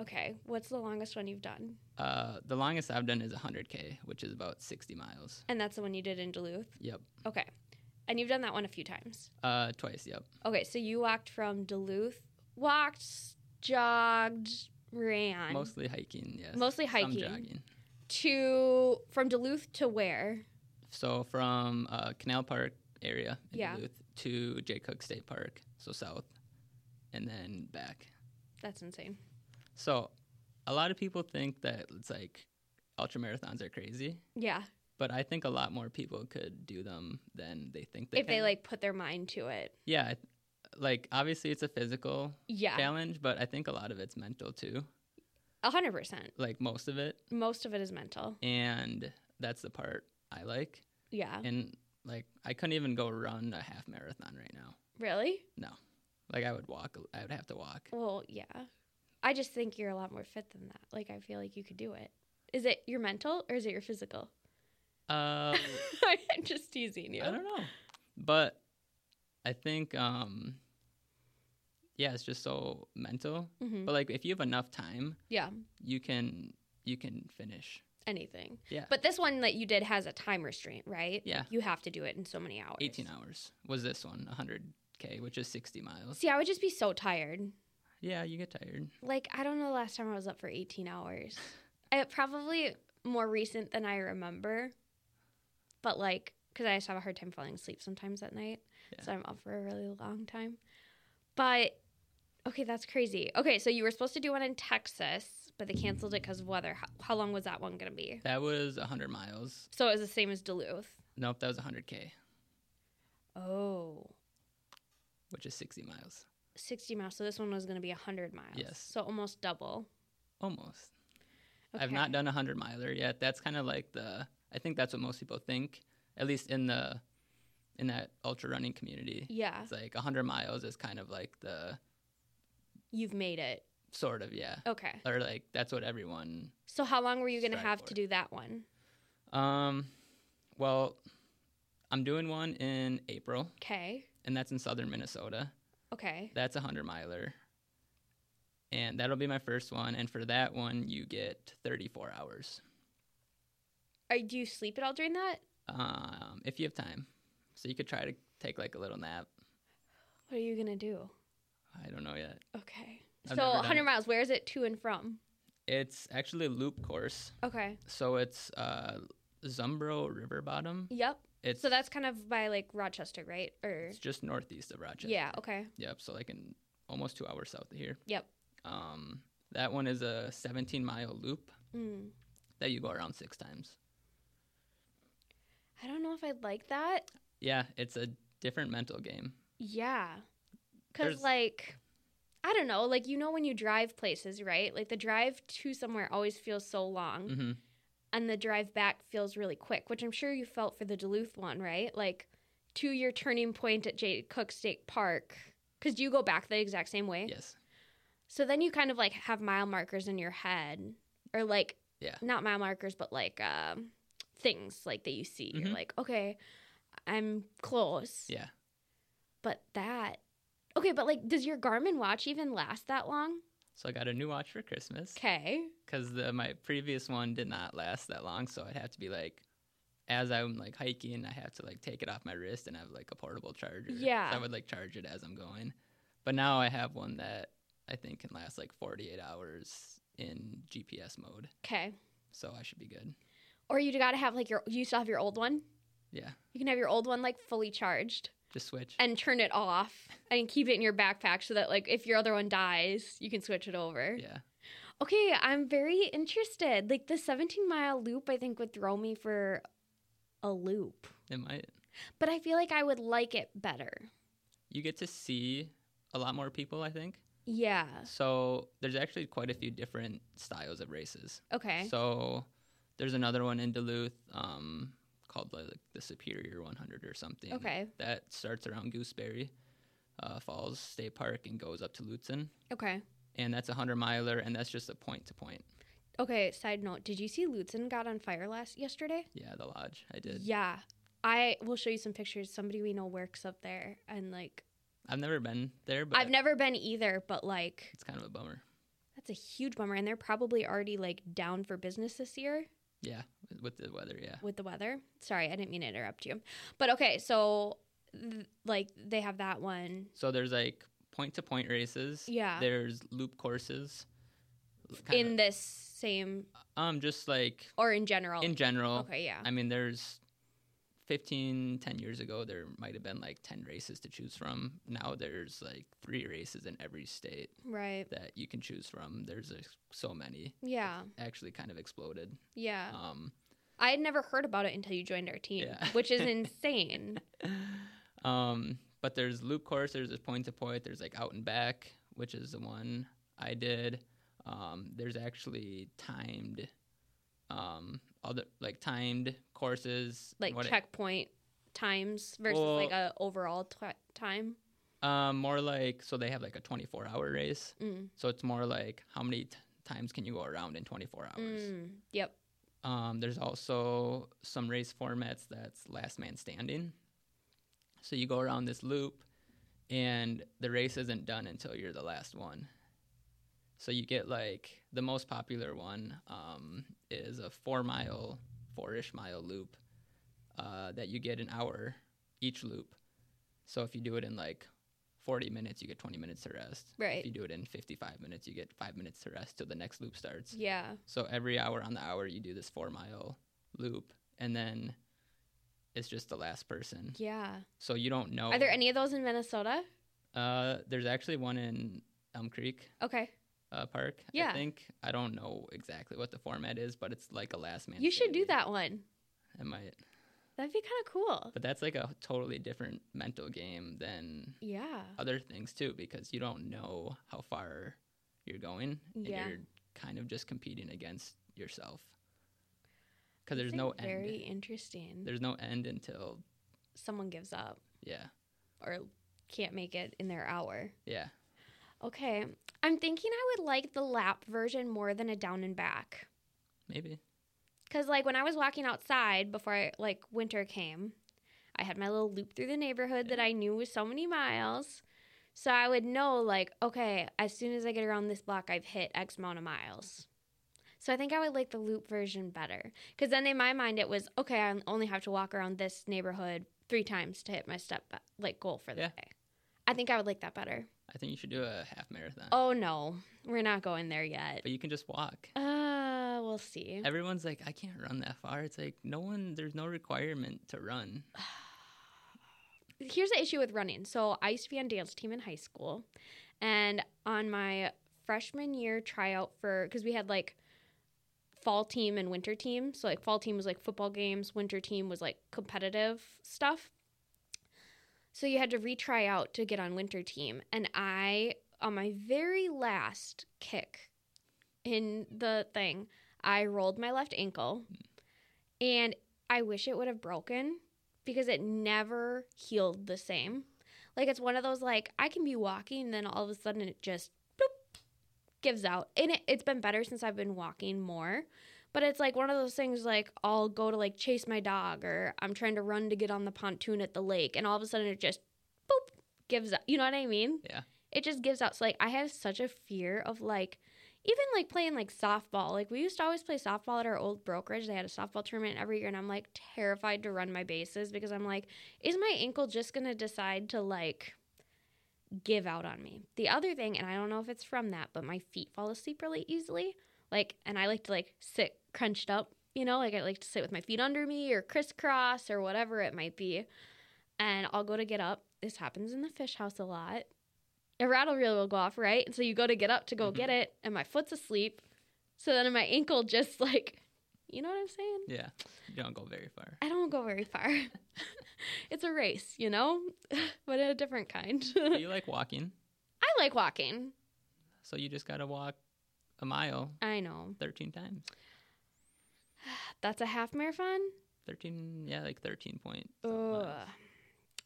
Speaker 1: Okay. What's the longest one you've done?
Speaker 2: Uh, the longest I've done is 100K, which is about 60 miles.
Speaker 1: And that's the one you did in Duluth?
Speaker 2: Yep.
Speaker 1: Okay. And you've done that one a few times.
Speaker 2: Uh, twice. Yep.
Speaker 1: Okay, so you walked from Duluth, walked, jogged, ran.
Speaker 2: Mostly hiking. Yes.
Speaker 1: Mostly hiking.
Speaker 2: Some jogging.
Speaker 1: to from Duluth to where?
Speaker 2: So from uh, Canal Park area in
Speaker 1: Yeah.
Speaker 2: Duluth to Jay Cook State Park, so south, and then back.
Speaker 1: That's insane.
Speaker 2: So a lot of people think that it's like ultra marathons are crazy,
Speaker 1: Yeah.
Speaker 2: but I think a lot more people could do them than they think they
Speaker 1: if they
Speaker 2: can.
Speaker 1: like put their mind to it.
Speaker 2: Yeah. I- Like obviously it's a physical
Speaker 1: Yeah.
Speaker 2: challenge, but I think a lot of it's mental too.
Speaker 1: A hundred percent.
Speaker 2: Like most of it,
Speaker 1: Most of it is mental.
Speaker 2: and that's the part I like.
Speaker 1: Yeah.
Speaker 2: and like I couldn't even go run a half marathon right now.
Speaker 1: Really?
Speaker 2: Like I would walk, I would have to walk.
Speaker 1: Well, yeah. I just think you're a lot more fit than that. Like I feel like you could do it. Is it your mental or is it your physical?
Speaker 2: Uh,
Speaker 1: I'm just teasing you.
Speaker 2: I don't know, but I think um, yeah, it's just so mental.
Speaker 1: hmm
Speaker 2: But like if you have enough time,
Speaker 1: Yeah.
Speaker 2: you can you can finish.
Speaker 1: Anything.
Speaker 2: Yeah.
Speaker 1: But this one that you did has a time restraint, right?
Speaker 2: Yeah,
Speaker 1: You have to do it in so many hours.
Speaker 2: eighteen hours was this one, hundred k, which is sixty miles.
Speaker 1: See, I would just be so tired.
Speaker 2: Yeah, you get tired.
Speaker 1: Like, I don't know the last time I was up for 18 hours. I, probably more recent than I remember, but like, because I just have a hard time falling asleep sometimes at night.
Speaker 2: Yeah.
Speaker 1: So I'm up for a really long time. But okay, that's crazy. Okay, so you were supposed to do one in Texas, but they canceled it because of weather. How, how long was that one going to be?
Speaker 2: That was hundred miles.
Speaker 1: So it was the same as Duluth.
Speaker 2: Nope, that was hundred k,
Speaker 1: Oh.
Speaker 2: which is sixty miles,
Speaker 1: 60 miles. So this one was going to be 100 miles.
Speaker 2: Yes.
Speaker 1: So almost double.
Speaker 2: almost. I've not done a hundred miler yet. That's kind of like the. I think that's what most people think, at least in the, in that ultra running community.
Speaker 1: Yeah,
Speaker 2: It's like a hundred miles is kind of like the
Speaker 1: you've made it.
Speaker 2: sort of yeah,
Speaker 1: Okay.
Speaker 2: or like that's what everyone.
Speaker 1: So how long were you going to
Speaker 2: Strive
Speaker 1: have
Speaker 2: for
Speaker 1: to
Speaker 2: it.
Speaker 1: do that one?
Speaker 2: Um, well, I'm doing one in April,
Speaker 1: Okay.
Speaker 2: and that's in southern Minnesota.
Speaker 1: Okay.
Speaker 2: That's a hundred miler, and that'll be my first one. And for that one, you get 34 hours,
Speaker 1: Are, do you sleep at all during that?
Speaker 2: um, if you have time. So you could try to take like a little nap.
Speaker 1: What are you going to do?
Speaker 2: I don't know yet.
Speaker 1: Okay. so
Speaker 2: I've never done
Speaker 1: 100
Speaker 2: it.
Speaker 1: miles, where is it to and from?
Speaker 2: It's actually a loop course.
Speaker 1: Okay.
Speaker 2: So it's uh, Zumbro River Bottom.
Speaker 1: Yep.
Speaker 2: It's
Speaker 1: So that's kind of by like Rochester, right? Or
Speaker 2: it's just northeast of Rochester.
Speaker 1: Yeah, okay.
Speaker 2: Yep. So like in almost two hours south of here.
Speaker 1: Yep.
Speaker 2: Um, that one is a 17 mile loop
Speaker 1: Mm.
Speaker 2: that you go around six times.
Speaker 1: I don't know if I'd like that.
Speaker 2: Yeah, it's a different mental game.
Speaker 1: Yeah.
Speaker 2: There's-
Speaker 1: Cuz like I don't know, like you know when you drive places, right? Like the drive to somewhere always feels so long
Speaker 2: hmm
Speaker 1: and the drive back feels really quick, which I'm sure you felt for the Duluth one, right? Like to your turning point at J- Cook State Park. Because you go back the exact same way.
Speaker 2: Yes.
Speaker 1: So then you kind of like have mile markers in your head, or like
Speaker 2: Yeah.
Speaker 1: not mile markers, but like um, things like that you see. You're
Speaker 2: Mhm.
Speaker 1: like, okay, I'm close.
Speaker 2: Yeah.
Speaker 1: But that, okay, but like, does your Garmin watch even last that long?
Speaker 2: So I got a new watch for Christmas
Speaker 1: Okay,
Speaker 2: because the my previous one did not last that long. So I'd have to be like, as I'm like hiking, I have to like take it off my wrist and have like a portable charger.
Speaker 1: Yeah.
Speaker 2: So I would like charge it as I'm going. But now I have one that I think can last like 48 hours in GPS mode.
Speaker 1: okay.
Speaker 2: So I should be good.
Speaker 1: Or you gotta have like your, you still have your old one.
Speaker 2: Yeah.
Speaker 1: You can have your old one like fully charged
Speaker 2: Just switch.
Speaker 1: and turn it off and keep it in your backpack so that like if your other one dies, you can switch it over.
Speaker 2: yeah.
Speaker 1: Okay, I'm very interested. Like the 17 mile loop, I think would throw me for a loop,
Speaker 2: It might.
Speaker 1: but I feel like I would like it better.
Speaker 2: You get to see a lot more people, I think.
Speaker 1: Yeah.
Speaker 2: So there's actually quite a few different styles of races.
Speaker 1: Okay.
Speaker 2: So there's another one in Duluth um, called like the Superior 100 or something.
Speaker 1: okay.
Speaker 2: That starts around Gooseberry uh, Falls State Park and goes up to Lutzen.
Speaker 1: Okay.
Speaker 2: And that's a 100 miler, and that's just a point to point.
Speaker 1: Okay. Side note: Did you see Lutzen got on fire last yesterday?
Speaker 2: Yeah, the lodge. I did.
Speaker 1: Yeah. I will show you some pictures. Somebody we know works up there, and like
Speaker 2: I've never been there, but
Speaker 1: I've never been either, but like
Speaker 2: it's kind of a bummer.
Speaker 1: that's a huge bummer. And they're probably already like down for business this year.
Speaker 2: Yeah, with- with the weather. Yeah.
Speaker 1: with the weather. Sorry, I didn't mean to interrupt you. But okay, so th- like they have that one.
Speaker 2: So there's like point to point races.
Speaker 1: Yeah.
Speaker 2: There's loop courses.
Speaker 1: in
Speaker 2: Kinda-
Speaker 1: this same
Speaker 2: um, just like
Speaker 1: or in general.
Speaker 2: in general.
Speaker 1: okay, yeah.
Speaker 2: I mean, there's 15, 10 years ago, there might have been like 10 races to choose from. Now there's like three races in every state
Speaker 1: right.
Speaker 2: that you can choose from. There's like, so many.
Speaker 1: Yeah.
Speaker 2: Actually, kind of exploded.
Speaker 1: Yeah.
Speaker 2: Um,
Speaker 1: I had never heard about it until you joined our team,
Speaker 2: Yeah.
Speaker 1: which is insane.
Speaker 2: um, but there's loop course, there's point to point, there's like out and back, which is the one I did. Um, there's actually timed, um, other like timed courses.
Speaker 1: Like
Speaker 2: what it-
Speaker 1: checkpoint times versus
Speaker 2: Well-
Speaker 1: like a overall t- time.
Speaker 2: um, more like so they have like a 24 hour race.
Speaker 1: Mm.
Speaker 2: So it's more like how many t- times can you go around in 24 hours?
Speaker 1: Mm. Yep.
Speaker 2: Um, there's also some race formats that's last man standing. So you go around this loop, and the race isn't done until you're the last one. So you get like the most popular one um, is a four mile, four ish mile loop uh, that you get an hour each loop. So if you do it in like 40 minutes, you get 20 minutes to rest.
Speaker 1: Right.
Speaker 2: If you do it in 55 minutes, you get five minutes to rest till the next loop starts.
Speaker 1: Yeah.
Speaker 2: So every hour on the hour, you do this four mile loop, and then it's just the last person.
Speaker 1: Yeah.
Speaker 2: So you don't know.
Speaker 1: Are there any of those in Minnesota?
Speaker 2: Uh, there's actually one in Elm Creek
Speaker 1: Okay.
Speaker 2: uh, Park.
Speaker 1: Yeah.
Speaker 2: I think I don't know exactly what the format is, but it's like a last man.
Speaker 1: You should do
Speaker 2: standing.
Speaker 1: that one.
Speaker 2: I might,
Speaker 1: That'd be kind of cool.
Speaker 2: but that's like a totally different mental game than
Speaker 1: Yeah.
Speaker 2: other things too, because you don't know how far you're going, and
Speaker 1: Yeah.
Speaker 2: you're kind of just competing against yourself. Because
Speaker 1: That's,
Speaker 2: there's
Speaker 1: like,
Speaker 2: no
Speaker 1: very
Speaker 2: end.
Speaker 1: interesting.
Speaker 2: There's no end until
Speaker 1: someone gives up
Speaker 2: Yeah,
Speaker 1: or can't make it in their hour.
Speaker 2: yeah.
Speaker 1: Okay. I'm thinking I would like the lap version more than a down and back.
Speaker 2: Maybe.
Speaker 1: Cause like when I was walking outside before I, like winter came, I had my little loop through the neighborhood that I knew was so many miles. So I would know like, okay, as soon as I get around this block, I've hit X amount of miles. So I think I would like the loop version better. Cause then in my mind it was, okay, I only have to walk around this neighborhood three times to hit my step like goal for the
Speaker 2: Yeah.
Speaker 1: day. I think I would like that better.
Speaker 2: I think you should do a half marathon.
Speaker 1: Oh no, we're not going there yet.
Speaker 2: But you can just walk.
Speaker 1: Uh, we'll see.
Speaker 2: Everyone's like, I can't run that far. It's like no one. There's no requirement to run.
Speaker 1: here's the issue with running. So I used to be on dance team in high school, and on my freshman year tryout for because we had like fall team and winter team. So like fall team was like football games, winter team was like competitive stuff. So you had to retry out to get on winter team, and I on my very last kick in the thing, I rolled my left ankle and I wish it would have broken because it never healed the same. Like it's one of those like I can be walking and then all of a sudden it just bloop, gives out. And it, it's been better since I've been walking more. But it's like one of those things like I'll go to like chase my dog or I'm trying to run to get on the pontoon at the lake and all of a sudden it just boop gives out. You know what I mean?
Speaker 2: Yeah.
Speaker 1: It just gives out. So like I have such a fear of like even like playing like softball. Like we used to always play softball at our old brokerage. They had a softball tournament every year and I'm like terrified to run my bases because I'm like is my ankle just going to decide to like give out on me? The other thing and I don't know if it's from that, but my feet fall asleep really easily. Like and I like to like sit crunched up, you know, like I like to sit with my feet under me or crisscross or whatever it might be. And I'll go to get up. This happens in the fish house a lot a rattle reel will go off, right? And so you go to get up to go
Speaker 2: Mhm.
Speaker 1: get it, and my foot's asleep. So then my ankle just like, you know what I'm saying?
Speaker 2: Yeah. You don't go very far.
Speaker 1: I don't go very far. it's a race, you know, but a different kind.
Speaker 2: Do
Speaker 1: I
Speaker 2: you like walking?
Speaker 1: like walking.
Speaker 2: So you just gotta walk a mile
Speaker 1: I know.
Speaker 2: thirteen times.
Speaker 1: That's a half marathon.
Speaker 2: Thirteen yeah, like thirteen point. something
Speaker 1: Ugh.
Speaker 2: miles.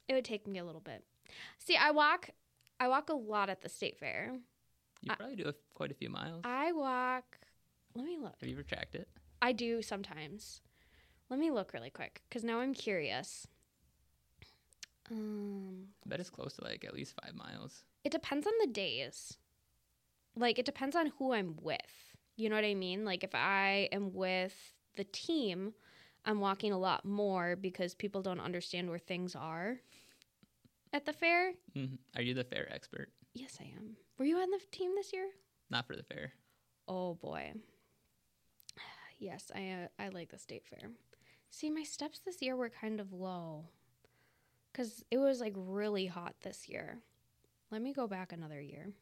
Speaker 1: It would take me a little bit. See, I walk I walk a lot at the state fair.
Speaker 2: You
Speaker 1: I-
Speaker 2: probably do a, quite a few miles.
Speaker 1: I walk Let me look.
Speaker 2: Have you ever tracked it?
Speaker 1: I do sometimes. Let me look really quick because now I'm curious. Um,
Speaker 2: I bet it's close to like at least five miles.
Speaker 1: it depends on the days. Like, it depends on who I'm with. You know what I mean? Like, if I am with the team, I'm walking a lot more because people don't understand where things are at the fair.
Speaker 2: Mhm. Are you the fair expert?
Speaker 1: Yes, I am. Were you on the team this year?
Speaker 2: Not for the fair.
Speaker 1: Oh boy. Yes, I uh, I like the state fair. See, my steps this year were kind of low cuz it was like really hot this year. Let me go back another year.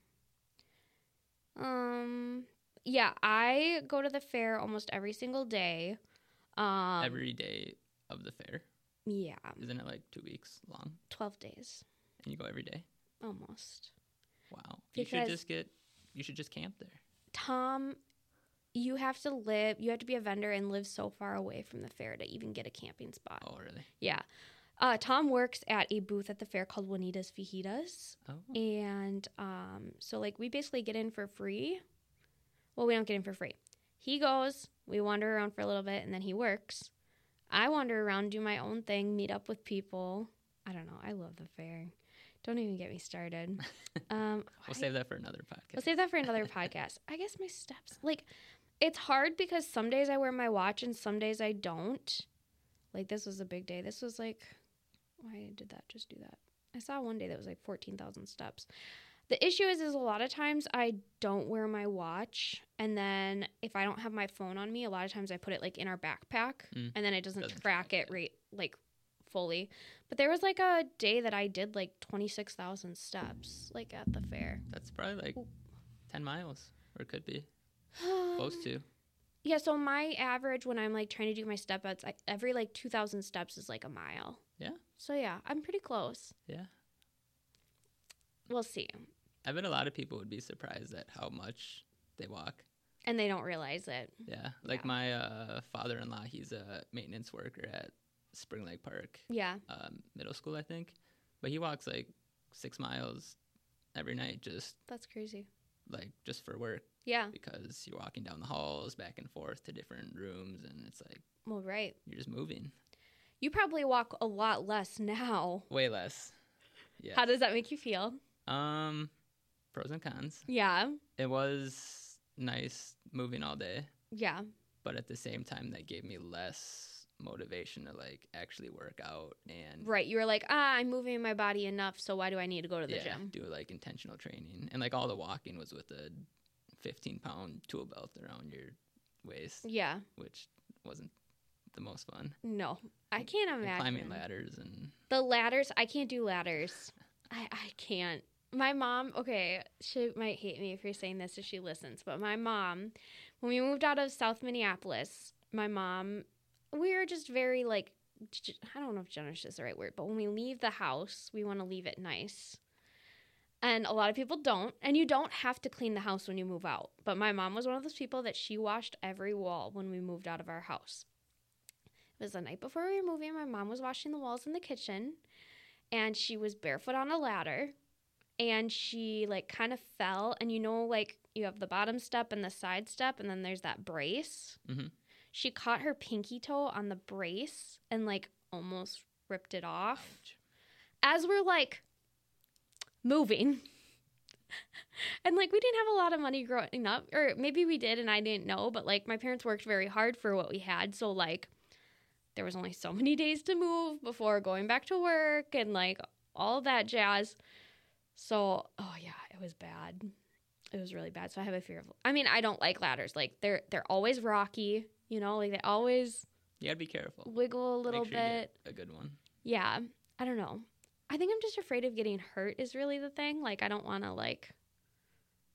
Speaker 1: Um yeah, I go to the fair almost every single day. Um
Speaker 2: Every day of the fair.
Speaker 1: yeah,
Speaker 2: Isn't it like two weeks long?
Speaker 1: 12 days
Speaker 2: And you go every day?
Speaker 1: almost.
Speaker 2: Wow. You should
Speaker 1: Because-
Speaker 2: just get you should just camp there.
Speaker 1: Tom, you have to live you have to be a vendor and live so far away from the fair to even get a camping spot.
Speaker 2: Oh really?
Speaker 1: Yeah. Uh, Tom works at a booth at the fair called Juanita's Fajitas.
Speaker 2: Oh.
Speaker 1: And um, so, like, we basically get in for free. Well, we don't get in for free. He goes, we wander around for a little bit, and then he works. I wander around, do my own thing, meet up with people. I don't know. I love the fair. Don't even get me started. Um,
Speaker 2: We'll save that for another podcast.
Speaker 1: We'll save that for another podcast. I guess my steps, like, it's hard because some days I wear my watch and some days I don't. Like, this was a big day. This was like, why did that just do that? I saw one day that was like 14,000 steps. The issue is, is a lot of times I don't wear my watch, and then if I don't have my phone on me, a lot of times I put it like in our backpack,
Speaker 2: Mm.
Speaker 1: and then it doesn't,
Speaker 2: Doesn't
Speaker 1: track,
Speaker 2: track
Speaker 1: it
Speaker 2: it.
Speaker 1: rate like fully. But there was like a day that I did like twenty six thousand steps, like at the fair.
Speaker 2: That's probably like
Speaker 1: Oop.
Speaker 2: ten miles. Or it could be. Close to.
Speaker 1: Yeah, so my average when I'm like trying to do my step outs, I, every like 2,000 steps is like a mile.
Speaker 2: Yeah.
Speaker 1: So yeah, I'm pretty close.
Speaker 2: Yeah.
Speaker 1: We'll see.
Speaker 2: I bet a lot of people would be surprised at how much they walk.
Speaker 1: And they don't realize it.
Speaker 2: Yeah. Like
Speaker 1: Yeah.
Speaker 2: my uh, father in law, he's a maintenance worker at Spring Lake Park
Speaker 1: Yeah.
Speaker 2: um, Middle School, I think. But he walks like six miles every night just
Speaker 1: That's crazy.
Speaker 2: like just for work
Speaker 1: Yeah.
Speaker 2: because you're walking down the halls back and forth to different rooms and it's like
Speaker 1: Well, right.
Speaker 2: you're just moving
Speaker 1: You probably walk a lot less now.
Speaker 2: way less yeah
Speaker 1: How does that make you feel?
Speaker 2: um pros and cons
Speaker 1: Yeah.
Speaker 2: it was nice moving all day
Speaker 1: Yeah.
Speaker 2: but at the same time that gave me less motivation to like actually work out and
Speaker 1: Right. You were like, ah, I'm moving my body enough, so why do I need to go to the
Speaker 2: yeah,
Speaker 1: gym?
Speaker 2: do like intentional training and like all the walking was with a 15 pound tool belt around your waist
Speaker 1: Yeah.
Speaker 2: which wasn't the most fun
Speaker 1: No. I can't
Speaker 2: And
Speaker 1: imagine.
Speaker 2: climbing ladders and
Speaker 1: The ladders, I can't do ladders. I, I can't. My mom, okay, she might hate me for saying this if she listens, but my mom, when we moved out of South Minneapolis, my mom, we were just very like, g- I don't know if generous is the right word, but when we leave the house, we want to leave it nice. And a lot of people don't. And you don't have to clean the house when you move out. But my mom was one of those people that she washed every wall when we moved out of our house. It was the night before we were moving. My mom was washing the walls in the kitchen and she was barefoot on a ladder and she like kind of fell. And you know, like you have the bottom step and the side step, and then there's that brace.
Speaker 2: Mhm.
Speaker 1: She caught her pinky toe on the brace and like almost ripped it off
Speaker 2: Ouch.
Speaker 1: as we're like moving and like we didn't have a lot of money growing up or maybe we did and i didn't know but like my parents worked very hard for what we had so like there was only so many days to move before going back to work and like all that jazz so oh yeah it was bad it was really bad so i have a fear of i mean i don't like ladders like they're they're always rocky you know like they always
Speaker 2: You gotta be careful.
Speaker 1: wiggle a
Speaker 2: Make
Speaker 1: little
Speaker 2: sure you
Speaker 1: bit
Speaker 2: get a good one.
Speaker 1: yeah i don't know i think i'm just afraid of getting hurt is really the thing like i don't want to like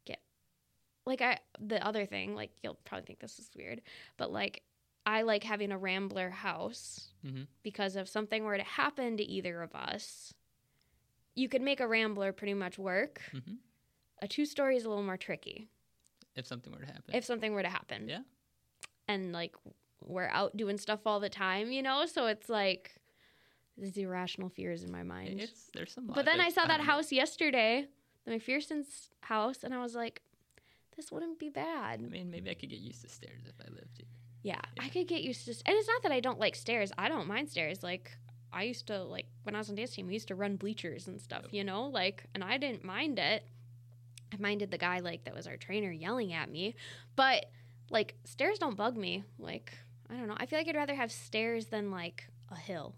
Speaker 1: get like i the other thing like you'll probably think this is weird but like i like having a rambler house
Speaker 2: Mhm.
Speaker 1: because if something were to happen to either of us you could make a rambler pretty much work
Speaker 2: Mhm.
Speaker 1: a two story is a little more tricky
Speaker 2: If something were to happen.
Speaker 1: if something were to happen.
Speaker 2: Yeah.
Speaker 1: And like we're out doing stuff all the time, you know? So it's like these irrational fears in my
Speaker 2: I-
Speaker 1: mind.
Speaker 2: it's there's some.
Speaker 1: but then I
Speaker 2: logic
Speaker 1: saw that
Speaker 2: behind it.
Speaker 1: house yesterday, the McPherson's house, and I was like, this wouldn't be bad.
Speaker 2: I mean, maybe I could get used to stairs if I lived here.
Speaker 1: Yeah, I could get used to. And it's not that I don't like stairs. I don't mind stairs. Like I used to like when I was on dance team, we used to run bleachers and stuff.
Speaker 2: Yep.
Speaker 1: You know, like and I didn't mind it. I minded the guy like that was our trainer yelling at me, but like stairs don't bug me. Like I don't know. I feel like I'd rather have stairs than like a hill.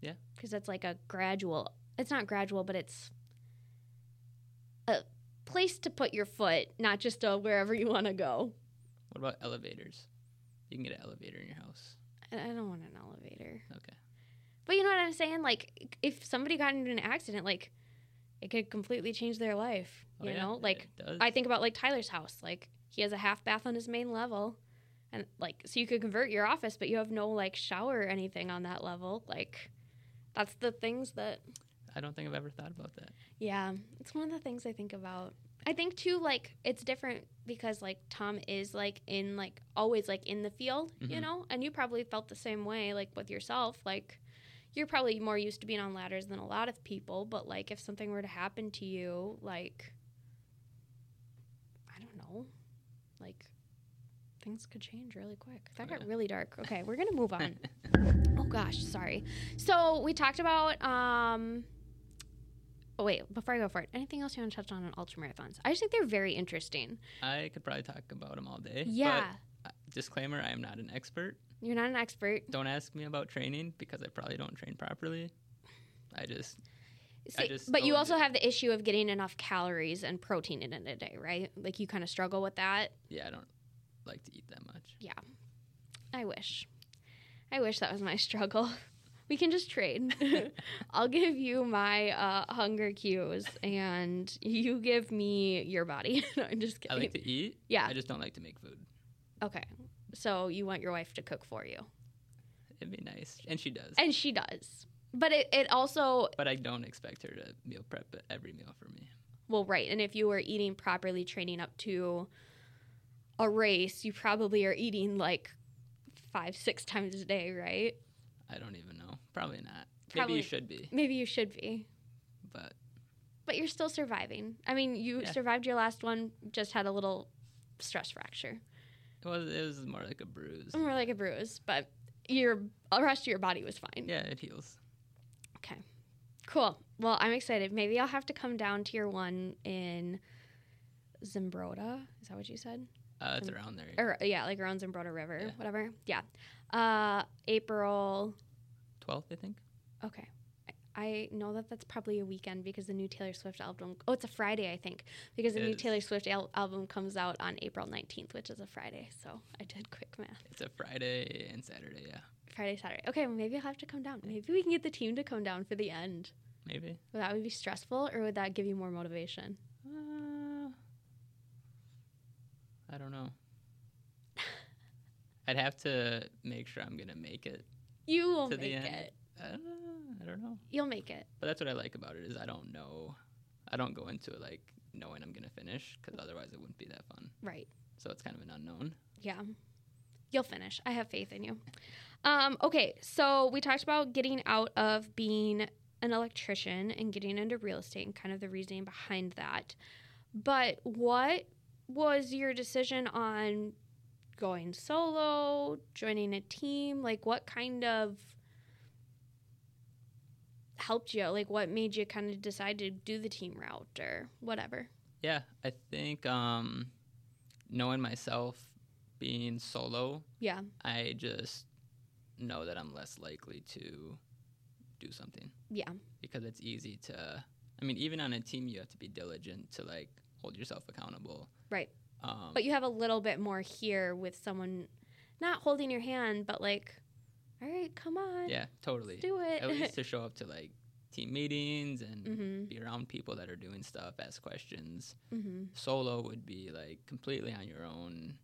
Speaker 2: Yeah.
Speaker 1: because that's like a gradual. It's not gradual, but it's a place to put your foot, not just a wherever you want to go.
Speaker 2: What about elevators? You can get an elevator in your house.
Speaker 1: I I don't want an elevator.
Speaker 2: Okay.
Speaker 1: But you know what I'm saying? Like, if somebody got into an accident, like, it could completely change their life.
Speaker 2: Oh,
Speaker 1: You
Speaker 2: yeah,
Speaker 1: know, like,
Speaker 2: it does.
Speaker 1: I think about like Tyler's house. Like, he has a half bath on his main level, and like, so you could convert your office, but you have no like shower or anything on that level. Like, that's the things that.
Speaker 2: I don't think I've ever thought about that.
Speaker 1: Yeah, it's one of the things I think about. I think too, like it's different because like Tom is like in like always like in the field, you
Speaker 2: Mhm.
Speaker 1: know, and you probably felt the same way like with yourself. Like you're probably more used to being on ladders than a lot of people, but like if something were to happen to you, like I don't know, like things could change really quick. That got
Speaker 2: Yeah.
Speaker 1: really dark. Okay, we're gonna move on. oh gosh, sorry. So we talked about um Oh, wait, before I go for it, anything else you want to touch on on ultra marathons? I just think they're very interesting.
Speaker 2: I could probably talk about them all day.
Speaker 1: Yeah.
Speaker 2: Eh, But uh, disclaimer: I am not an expert.
Speaker 1: You're not an expert.
Speaker 2: Don't ask me about training because I probably don't train properly. I just
Speaker 1: See,
Speaker 2: just
Speaker 1: but you
Speaker 2: go
Speaker 1: also
Speaker 2: into-
Speaker 1: have the issue of getting enough calories and protein in a day, right? Like you kind of struggle with that.
Speaker 2: yeah, I don't like to eat that much.
Speaker 1: I wish. I wish that was my struggle. We can just trade. I'll give you my uh, hunger cues and you give me your body. no, I'm just
Speaker 2: I
Speaker 1: kidding.
Speaker 2: like to eat.
Speaker 1: yeah.
Speaker 2: I just don't like to make food.
Speaker 1: okay. So you want your wife to cook for you.
Speaker 2: It'd be nice, and she does.
Speaker 1: And she does. But it, it also
Speaker 2: but I don't expect her to meal prep every meal for me.
Speaker 1: Well, right. And if you were eating properly, training up to a race, you probably are eating like five, six times a day, right?
Speaker 2: I don't even know. Probably not. Maybe
Speaker 1: Probably-
Speaker 2: you should be,
Speaker 1: Maybe you should be.
Speaker 2: but
Speaker 1: But you're still surviving. I mean, you
Speaker 2: Yeah.
Speaker 1: survived your last one, just had a little stress fracture.
Speaker 2: it was it was more like a bruise.
Speaker 1: More like a bruise, but your the rest of your body was fine.
Speaker 2: Yeah, it heals.
Speaker 1: Cool. Well, I'm excited. Maybe I'll have to come down to your one in Zimbrota. Is that what you said?
Speaker 2: Uh, it's
Speaker 1: Um,
Speaker 2: around there.
Speaker 1: Or yeah, like around Zimbrota River,
Speaker 2: Yeah.
Speaker 1: whatever. Yeah. Uh April
Speaker 2: 12th, I think.
Speaker 1: Okay. I- I know that that's probably a weekend because the new Taylor Swift album. Oh, it's a Friday, I think, because the
Speaker 2: It
Speaker 1: new
Speaker 2: is.
Speaker 1: Taylor Swift al- album comes out on April 19th, which is a Friday. So I did quick math.
Speaker 2: It's a Friday and Saturday, yeah.
Speaker 1: Friday, Saturday. Okay, well, maybe I'll have to come down. Maybe we can get the team to come down for the end.
Speaker 2: Maybe.
Speaker 1: Would that would be stressful, or would that give you more motivation?
Speaker 2: Uh, I don't know. I'd have to make sure I'm going to make it.
Speaker 1: You will
Speaker 2: To the
Speaker 1: make
Speaker 2: end.
Speaker 1: it.
Speaker 2: I don't know, I don't know.
Speaker 1: You'll make it.
Speaker 2: But that's what I like about it is I don't know. I don't go into it like knowing I'm gonna finish because otherwise it wouldn't be that fun.
Speaker 1: Right.
Speaker 2: So it's kind of an unknown.
Speaker 1: Yeah. You'll finish. I have faith in you. Um, okay, so we talked about getting out of being an electrician and getting into real estate and kind of the reasoning behind that. But what was your decision on going solo, joining a team? Like, what kind of helped you? Like, what made you kind of decide to do the team route or whatever?
Speaker 2: Yeah, I think um, knowing myself, being solo,
Speaker 1: Yeah.
Speaker 2: I just know that I'm less likely to do something
Speaker 1: Yeah.
Speaker 2: because it's easy to. I mean, even on a team, you have to be diligent to like hold yourself accountable.
Speaker 1: Right.
Speaker 2: Um,
Speaker 1: But you have a little bit more here with someone not holding your hand, but like, all right, come on,
Speaker 2: yeah, totally.
Speaker 1: let's do
Speaker 2: At least
Speaker 1: it.
Speaker 2: to show up to like team meetings and
Speaker 1: mm-hmm,
Speaker 2: be around people that are doing stuff, ask questions.
Speaker 1: mm-hmm.
Speaker 2: Solo would be like completely on your own.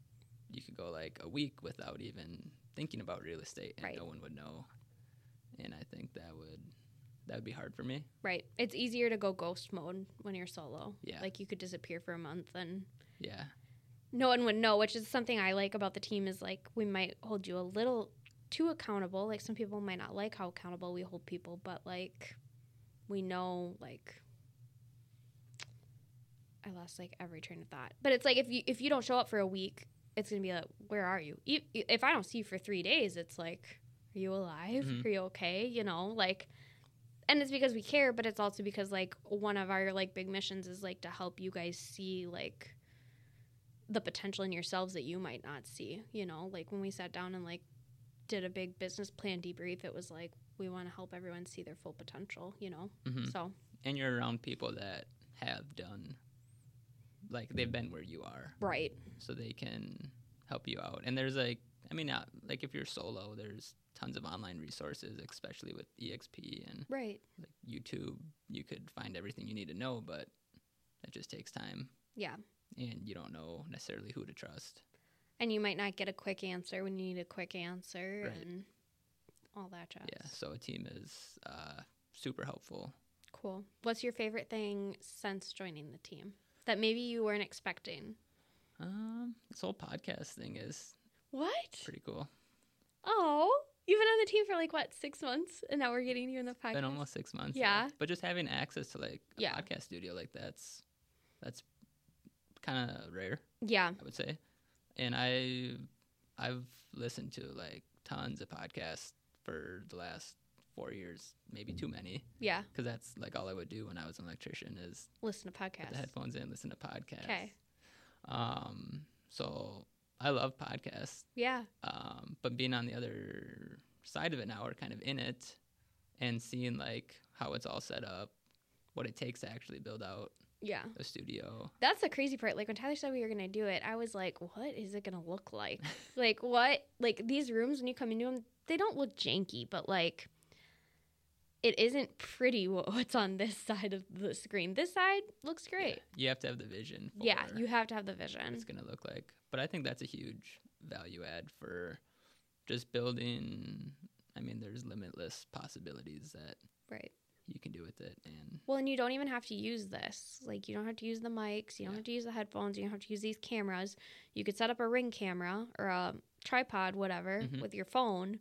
Speaker 2: You could go like a week without even thinking about real estate, and
Speaker 1: Right.
Speaker 2: no one would know. And I think that would that would be hard for me.
Speaker 1: Right. It's easier to go ghost mode when you're solo.
Speaker 2: Yeah.
Speaker 1: Like you could disappear for a month and
Speaker 2: Yeah,
Speaker 1: no one would know, which is something I like about the team is like we might hold you a little too accountable. Like some people might not like how accountable we hold people, but like we know like I lost like every train of thought. But it's like if you if you don't show up for a week, it's going to be like where are you? E- e- If I don't see you for 3 days, it's like are you alive?
Speaker 2: Mhm.
Speaker 1: Are you okay? You know, like and it's because we care, but it's also because like one of our like big missions is like to help you guys see like the potential in yourselves that you might not see. You know, like when we sat down and like did a big business plan debrief, it was like we want to help everyone see their full potential. You know,
Speaker 2: Mhm.
Speaker 1: so
Speaker 2: and you're around people that have done like they've been where you are,
Speaker 1: right,
Speaker 2: so they can help you out. And there's like, I mean, not, like if you're solo, there's tons of online resources, especially with EXP and
Speaker 1: right,
Speaker 2: like YouTube, you could find everything you need to know, but that just takes time
Speaker 1: yeah.
Speaker 2: and you don't know necessarily who to trust.
Speaker 1: And you might not get a quick answer when you need a quick answer
Speaker 2: Right.
Speaker 1: and all that jazz.
Speaker 2: Yeah, so a team is uh, super helpful.
Speaker 1: Cool. What's your favorite thing since joining the team that maybe you weren't expecting?
Speaker 2: Um, this whole podcast thing is
Speaker 1: What?
Speaker 2: pretty cool.
Speaker 1: Oh, you've been on the team for like what six months, and now we're getting you in the podcast.
Speaker 2: Been almost six months.
Speaker 1: Yeah.
Speaker 2: but just having access to like a
Speaker 1: Yeah.
Speaker 2: podcast studio like that's that's kind of rare,
Speaker 1: yeah,
Speaker 2: I would say. And I I've listened to like tons of podcasts for the last four years, maybe too many.
Speaker 1: yeah.
Speaker 2: because that's like all I would do when I was an electrician is
Speaker 1: Listen to
Speaker 2: put the
Speaker 1: podcasts.
Speaker 2: headphones in, listen to podcasts.
Speaker 1: 'Kay.
Speaker 2: Um, so I love podcasts,
Speaker 1: Yeah,
Speaker 2: um, but being on the other side of it now, or kind of in it, and seeing like how it's all set up, what it takes to actually build out
Speaker 1: yeah.
Speaker 2: a studio.
Speaker 1: That's the crazy part. Like when Tyler said we were gonna do it, I was like, "What is it gonna look like? like what? Like these rooms when you come into them, they don't look janky, but like it isn't pretty wh- what's on this side of the screen. This side looks great.
Speaker 2: You have to have the vision. For
Speaker 1: Yeah, you have to have the
Speaker 2: what
Speaker 1: vision.
Speaker 2: it's going to look like. But I think that's a huge value add for just building. I mean, there's limitless possibilities that
Speaker 1: Right.
Speaker 2: you can do with it, and
Speaker 1: Well, and you don't even have to use this. Like, you don't have to use the mics. You don't
Speaker 2: Yeah.
Speaker 1: have to use the headphones. You don't have to use these cameras. You could set up a ring camera or a tripod, whatever,
Speaker 2: Mhm.
Speaker 1: with your phone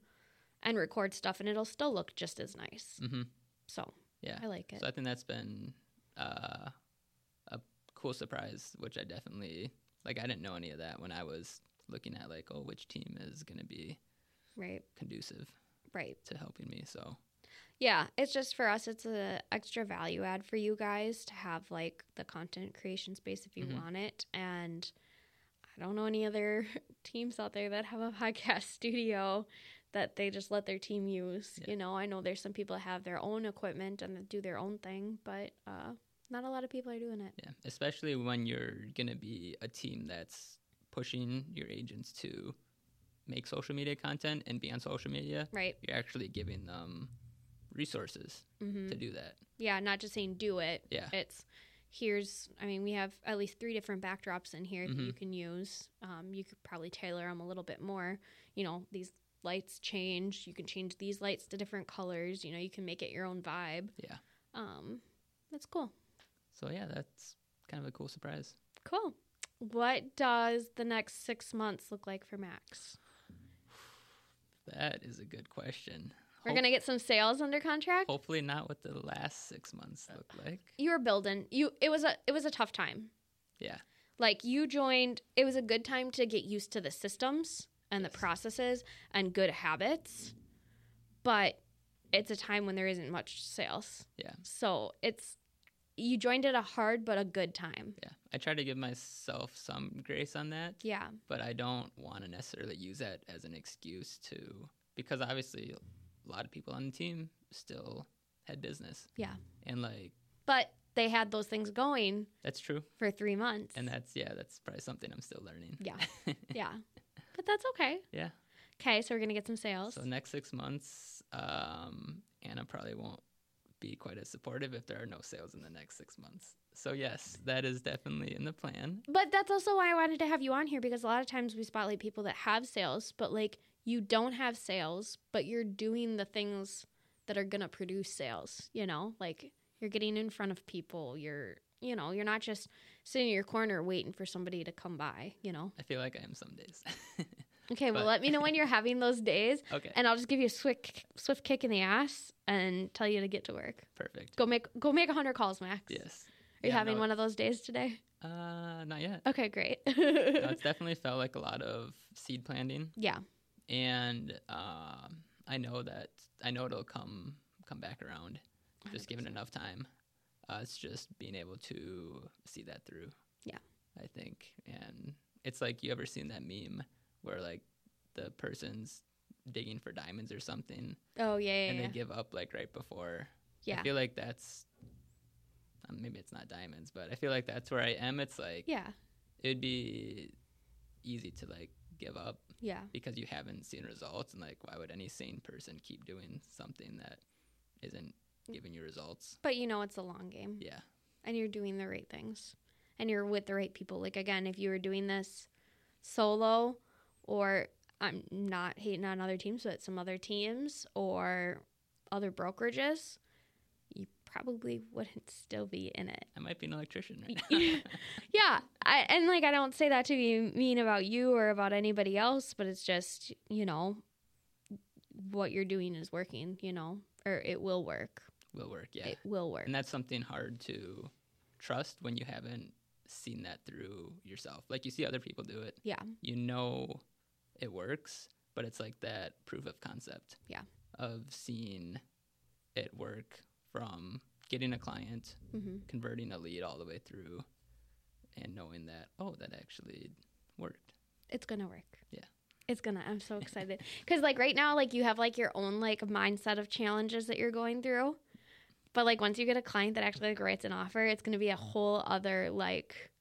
Speaker 1: and record stuff, and it'll still look just as nice.
Speaker 2: hmm
Speaker 1: So,
Speaker 2: Yeah.
Speaker 1: I like it.
Speaker 2: So I think that's been uh, a cool surprise, which I definitely like. I didn't know any of that when I was looking at like, oh, which team is going to be
Speaker 1: right,
Speaker 2: conducive
Speaker 1: right.
Speaker 2: to helping me. So
Speaker 1: Yeah, it's just for us, it's a extra value add for you guys to have like the content creation space if you
Speaker 2: Mhm.
Speaker 1: want it. And I don't know any other teams out there that have a podcast studio that they just let their team use.
Speaker 2: Yeah.
Speaker 1: You know, I know there's some people that have their own equipment and do their own thing, but uh, not a lot of people are doing it.
Speaker 2: yeah, especially when you're going to be a team that's pushing your agents to make social media content and be on social media,
Speaker 1: Right.
Speaker 2: you're actually giving them resources
Speaker 1: hmm
Speaker 2: to do that.
Speaker 1: Yeah, not just saying do it.
Speaker 2: Yeah.
Speaker 1: It's here's, I mean, we have at least three different
Speaker 2: Mm-hmm.
Speaker 1: backdrops in here that you can use. Um, you could probably tailor them a little bit more. You know, these lights change. You can change these lights to different colors. You know, you can make it your own vibe.
Speaker 2: Yeah.
Speaker 1: Um, that's cool.
Speaker 2: So yeah, that's kind of a cool surprise.
Speaker 1: Cool. What does the next six months look like for Max?
Speaker 2: That is a good question.
Speaker 1: We're
Speaker 2: Hope-
Speaker 1: gonna get some sales under contract.
Speaker 2: hopefully not what the last six months look
Speaker 1: Uh.
Speaker 2: like.
Speaker 1: You were building. You it was a it was a tough time.
Speaker 2: Yeah.
Speaker 1: Like you joined. It was a good time to get used to the systems and the
Speaker 2: Yes.
Speaker 1: processes and good habits, but it's a time when there isn't much sales.
Speaker 2: Yeah.
Speaker 1: So it's you joined at a hard but a good time.
Speaker 2: Yeah. I try to give myself some grace on that,
Speaker 1: Yeah.
Speaker 2: but I don't want to necessarily use that as an excuse to because obviously a lot of people on the team still had business.
Speaker 1: Yeah.
Speaker 2: And like
Speaker 1: But they had those things going
Speaker 2: that's true.
Speaker 1: for three months.
Speaker 2: And that's yeah, that's probably something I'm still learning.
Speaker 1: Yeah. yeah. But that's okay.
Speaker 2: Yeah.
Speaker 1: Okay, so we're gonna get some sales.
Speaker 2: So next six months, um, Anna probably won't be quite as supportive if there are no sales in the next six months. So yes, that is definitely in the plan.
Speaker 1: But that's also why I wanted to have you on here because a lot of times we spotlight people that have sales, but like you don't have sales, but you're doing the things that are going to produce sales, you know? Like you're getting in front of people, you're, you know, you're not just sitting in your corner waiting for somebody to come by, you know?
Speaker 2: I feel like I am some days.
Speaker 1: Okay, well,
Speaker 2: But-
Speaker 1: let me know when you're having those days
Speaker 2: okay,
Speaker 1: and I'll just give you a swift swift kick in the ass and tell you to get to work.
Speaker 2: perfect.
Speaker 1: Go make go make 100 calls, Max.
Speaker 2: Yes.
Speaker 1: Are you
Speaker 2: Yeah,
Speaker 1: having
Speaker 2: no,
Speaker 1: one of those days today?
Speaker 2: Uh, not yet.
Speaker 1: Okay, great.
Speaker 2: No, it's definitely felt like a lot of seed planting,
Speaker 1: yeah.
Speaker 2: and um, I know that I know it'll come come back around. Just given enough time, uh, it's just being able to see that through.
Speaker 1: Yeah.
Speaker 2: I think, and it's like you ever seen that meme where like the person's digging for diamonds or something,
Speaker 1: Oh yeah, yeah,
Speaker 2: and
Speaker 1: yeah.
Speaker 2: they give up like right before
Speaker 1: yeah.
Speaker 2: I feel like that's um, maybe it's not diamonds, but I feel like that's where I am. It's like
Speaker 1: yeah,
Speaker 2: it would be easy to like give up
Speaker 1: yeah,
Speaker 2: because you haven't seen results, and like why would any sane person keep doing something that isn't giving you results?
Speaker 1: but you know it's a long game,
Speaker 2: Yeah,
Speaker 1: and you're doing the right things, and you're with the right people. Like again, if you were doing this solo, or I'm not hating on other teams, but some other teams or other brokerages, you probably wouldn't still be in it.
Speaker 2: I might be an electrician right now.
Speaker 1: Y- Yeah, I, and like I don't say that to be mean about you or about anybody else, but it's just you know what you're doing is working, you know, or it will work.
Speaker 2: Will work, yeah.
Speaker 1: It will work.
Speaker 2: And that's something hard to trust when you haven't seen that through yourself. Like you see other people do it.
Speaker 1: Yeah.
Speaker 2: You know it works, but it's like that proof of concept.
Speaker 1: Yeah.
Speaker 2: Of seeing it work from getting a client,
Speaker 1: hmm
Speaker 2: converting a lead all the way through and knowing that, oh, that actually worked.
Speaker 1: It's gonna work.
Speaker 2: Yeah.
Speaker 1: It's gonna. I'm so excited because like right now, like you have like your own like mindset of challenges that you're going through, but like once you get a client that actually like writes an offer, it's gonna be a whole other like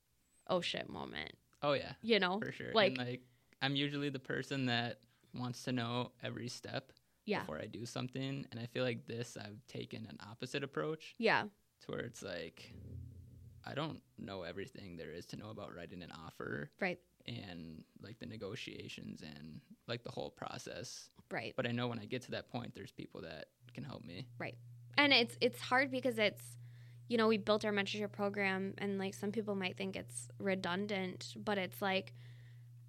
Speaker 1: oh shit moment.
Speaker 2: Oh yeah,
Speaker 1: You know?
Speaker 2: for sure.
Speaker 1: Like-
Speaker 2: and like I'm usually the person that wants to know every step
Speaker 1: Yeah.
Speaker 2: before I do something. And I feel like this, I've taken an opposite approach
Speaker 1: Yeah.
Speaker 2: to where it's like, I don't know everything there is to know about writing an offer
Speaker 1: Right.
Speaker 2: and like the negotiations and like the whole process.
Speaker 1: Right.
Speaker 2: But I know when I get to that point, there's people that can help me.
Speaker 1: and it's it's hard because it's you know we built our mentorship program and like some people might think it's redundant but it's like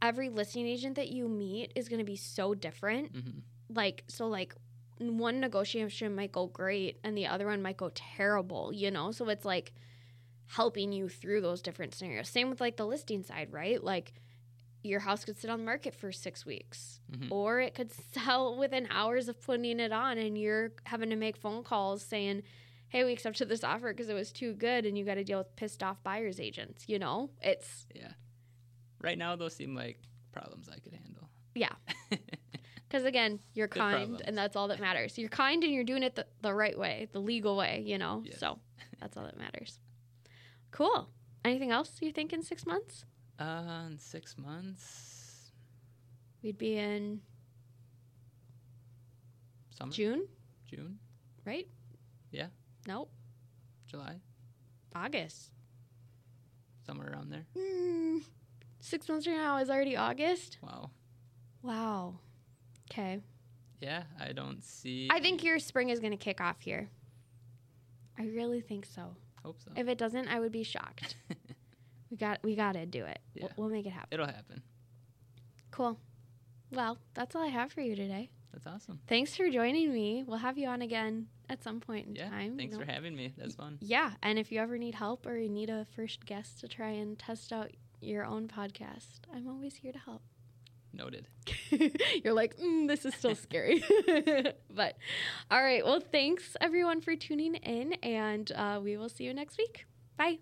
Speaker 1: every listing agent that you meet is going to be so different
Speaker 2: hmm
Speaker 1: like so like one negotiation might go great and the other one might go terrible you know so it's like helping you through those different scenarios same with like the listing side right like your house could sit on the market for six weeks
Speaker 2: Mhm.
Speaker 1: or it could sell within hours of putting it on and you're having to make phone calls saying hey we accepted this offer because it was too good and you got to deal with pissed off buyers agents you know it's
Speaker 2: Yeah. Right now, those seem like problems I could handle.
Speaker 1: Because again, you're
Speaker 2: Good
Speaker 1: kind,
Speaker 2: problems.
Speaker 1: and that's all that matters. You're kind, and you're doing it the, the right way, the legal way, you know.
Speaker 2: Yes.
Speaker 1: So that's all that matters. Cool. Anything else you think in six months?
Speaker 2: Uh, in six months,
Speaker 1: We'd be in
Speaker 2: summer,
Speaker 1: June,
Speaker 2: June,
Speaker 1: right?
Speaker 2: Mm-hmm. Yeah.
Speaker 1: Nope.
Speaker 2: July,
Speaker 1: August. Hmm.
Speaker 2: somewhere around there.
Speaker 1: Mm, six months from now is already August.
Speaker 2: Wow.
Speaker 1: Wow. Okay.
Speaker 2: Yeah, I don't see.
Speaker 1: I think your spring is going to kick off here. I really think so.
Speaker 2: Hope so.
Speaker 1: If it doesn't, I would be shocked. we got we got to do it. We'll,
Speaker 2: Yeah.
Speaker 1: we'll make it happen.
Speaker 2: It'll happen.
Speaker 1: Cool. Well, that's all I have for you today.
Speaker 2: That's awesome.
Speaker 1: Thanks for joining me. We'll have you on again at some point in
Speaker 2: Yeah.
Speaker 1: time.
Speaker 2: Thanks
Speaker 1: No-
Speaker 2: for having me. That's fun.
Speaker 1: Yeah, and if you ever need help or you need a first guest to try and test out your own podcast, I'm always here to help.
Speaker 2: Noted.
Speaker 1: You're like, mm, this is still scary. but all right, well, thanks everyone for tuning in, and uh, we will see you next week. Bye.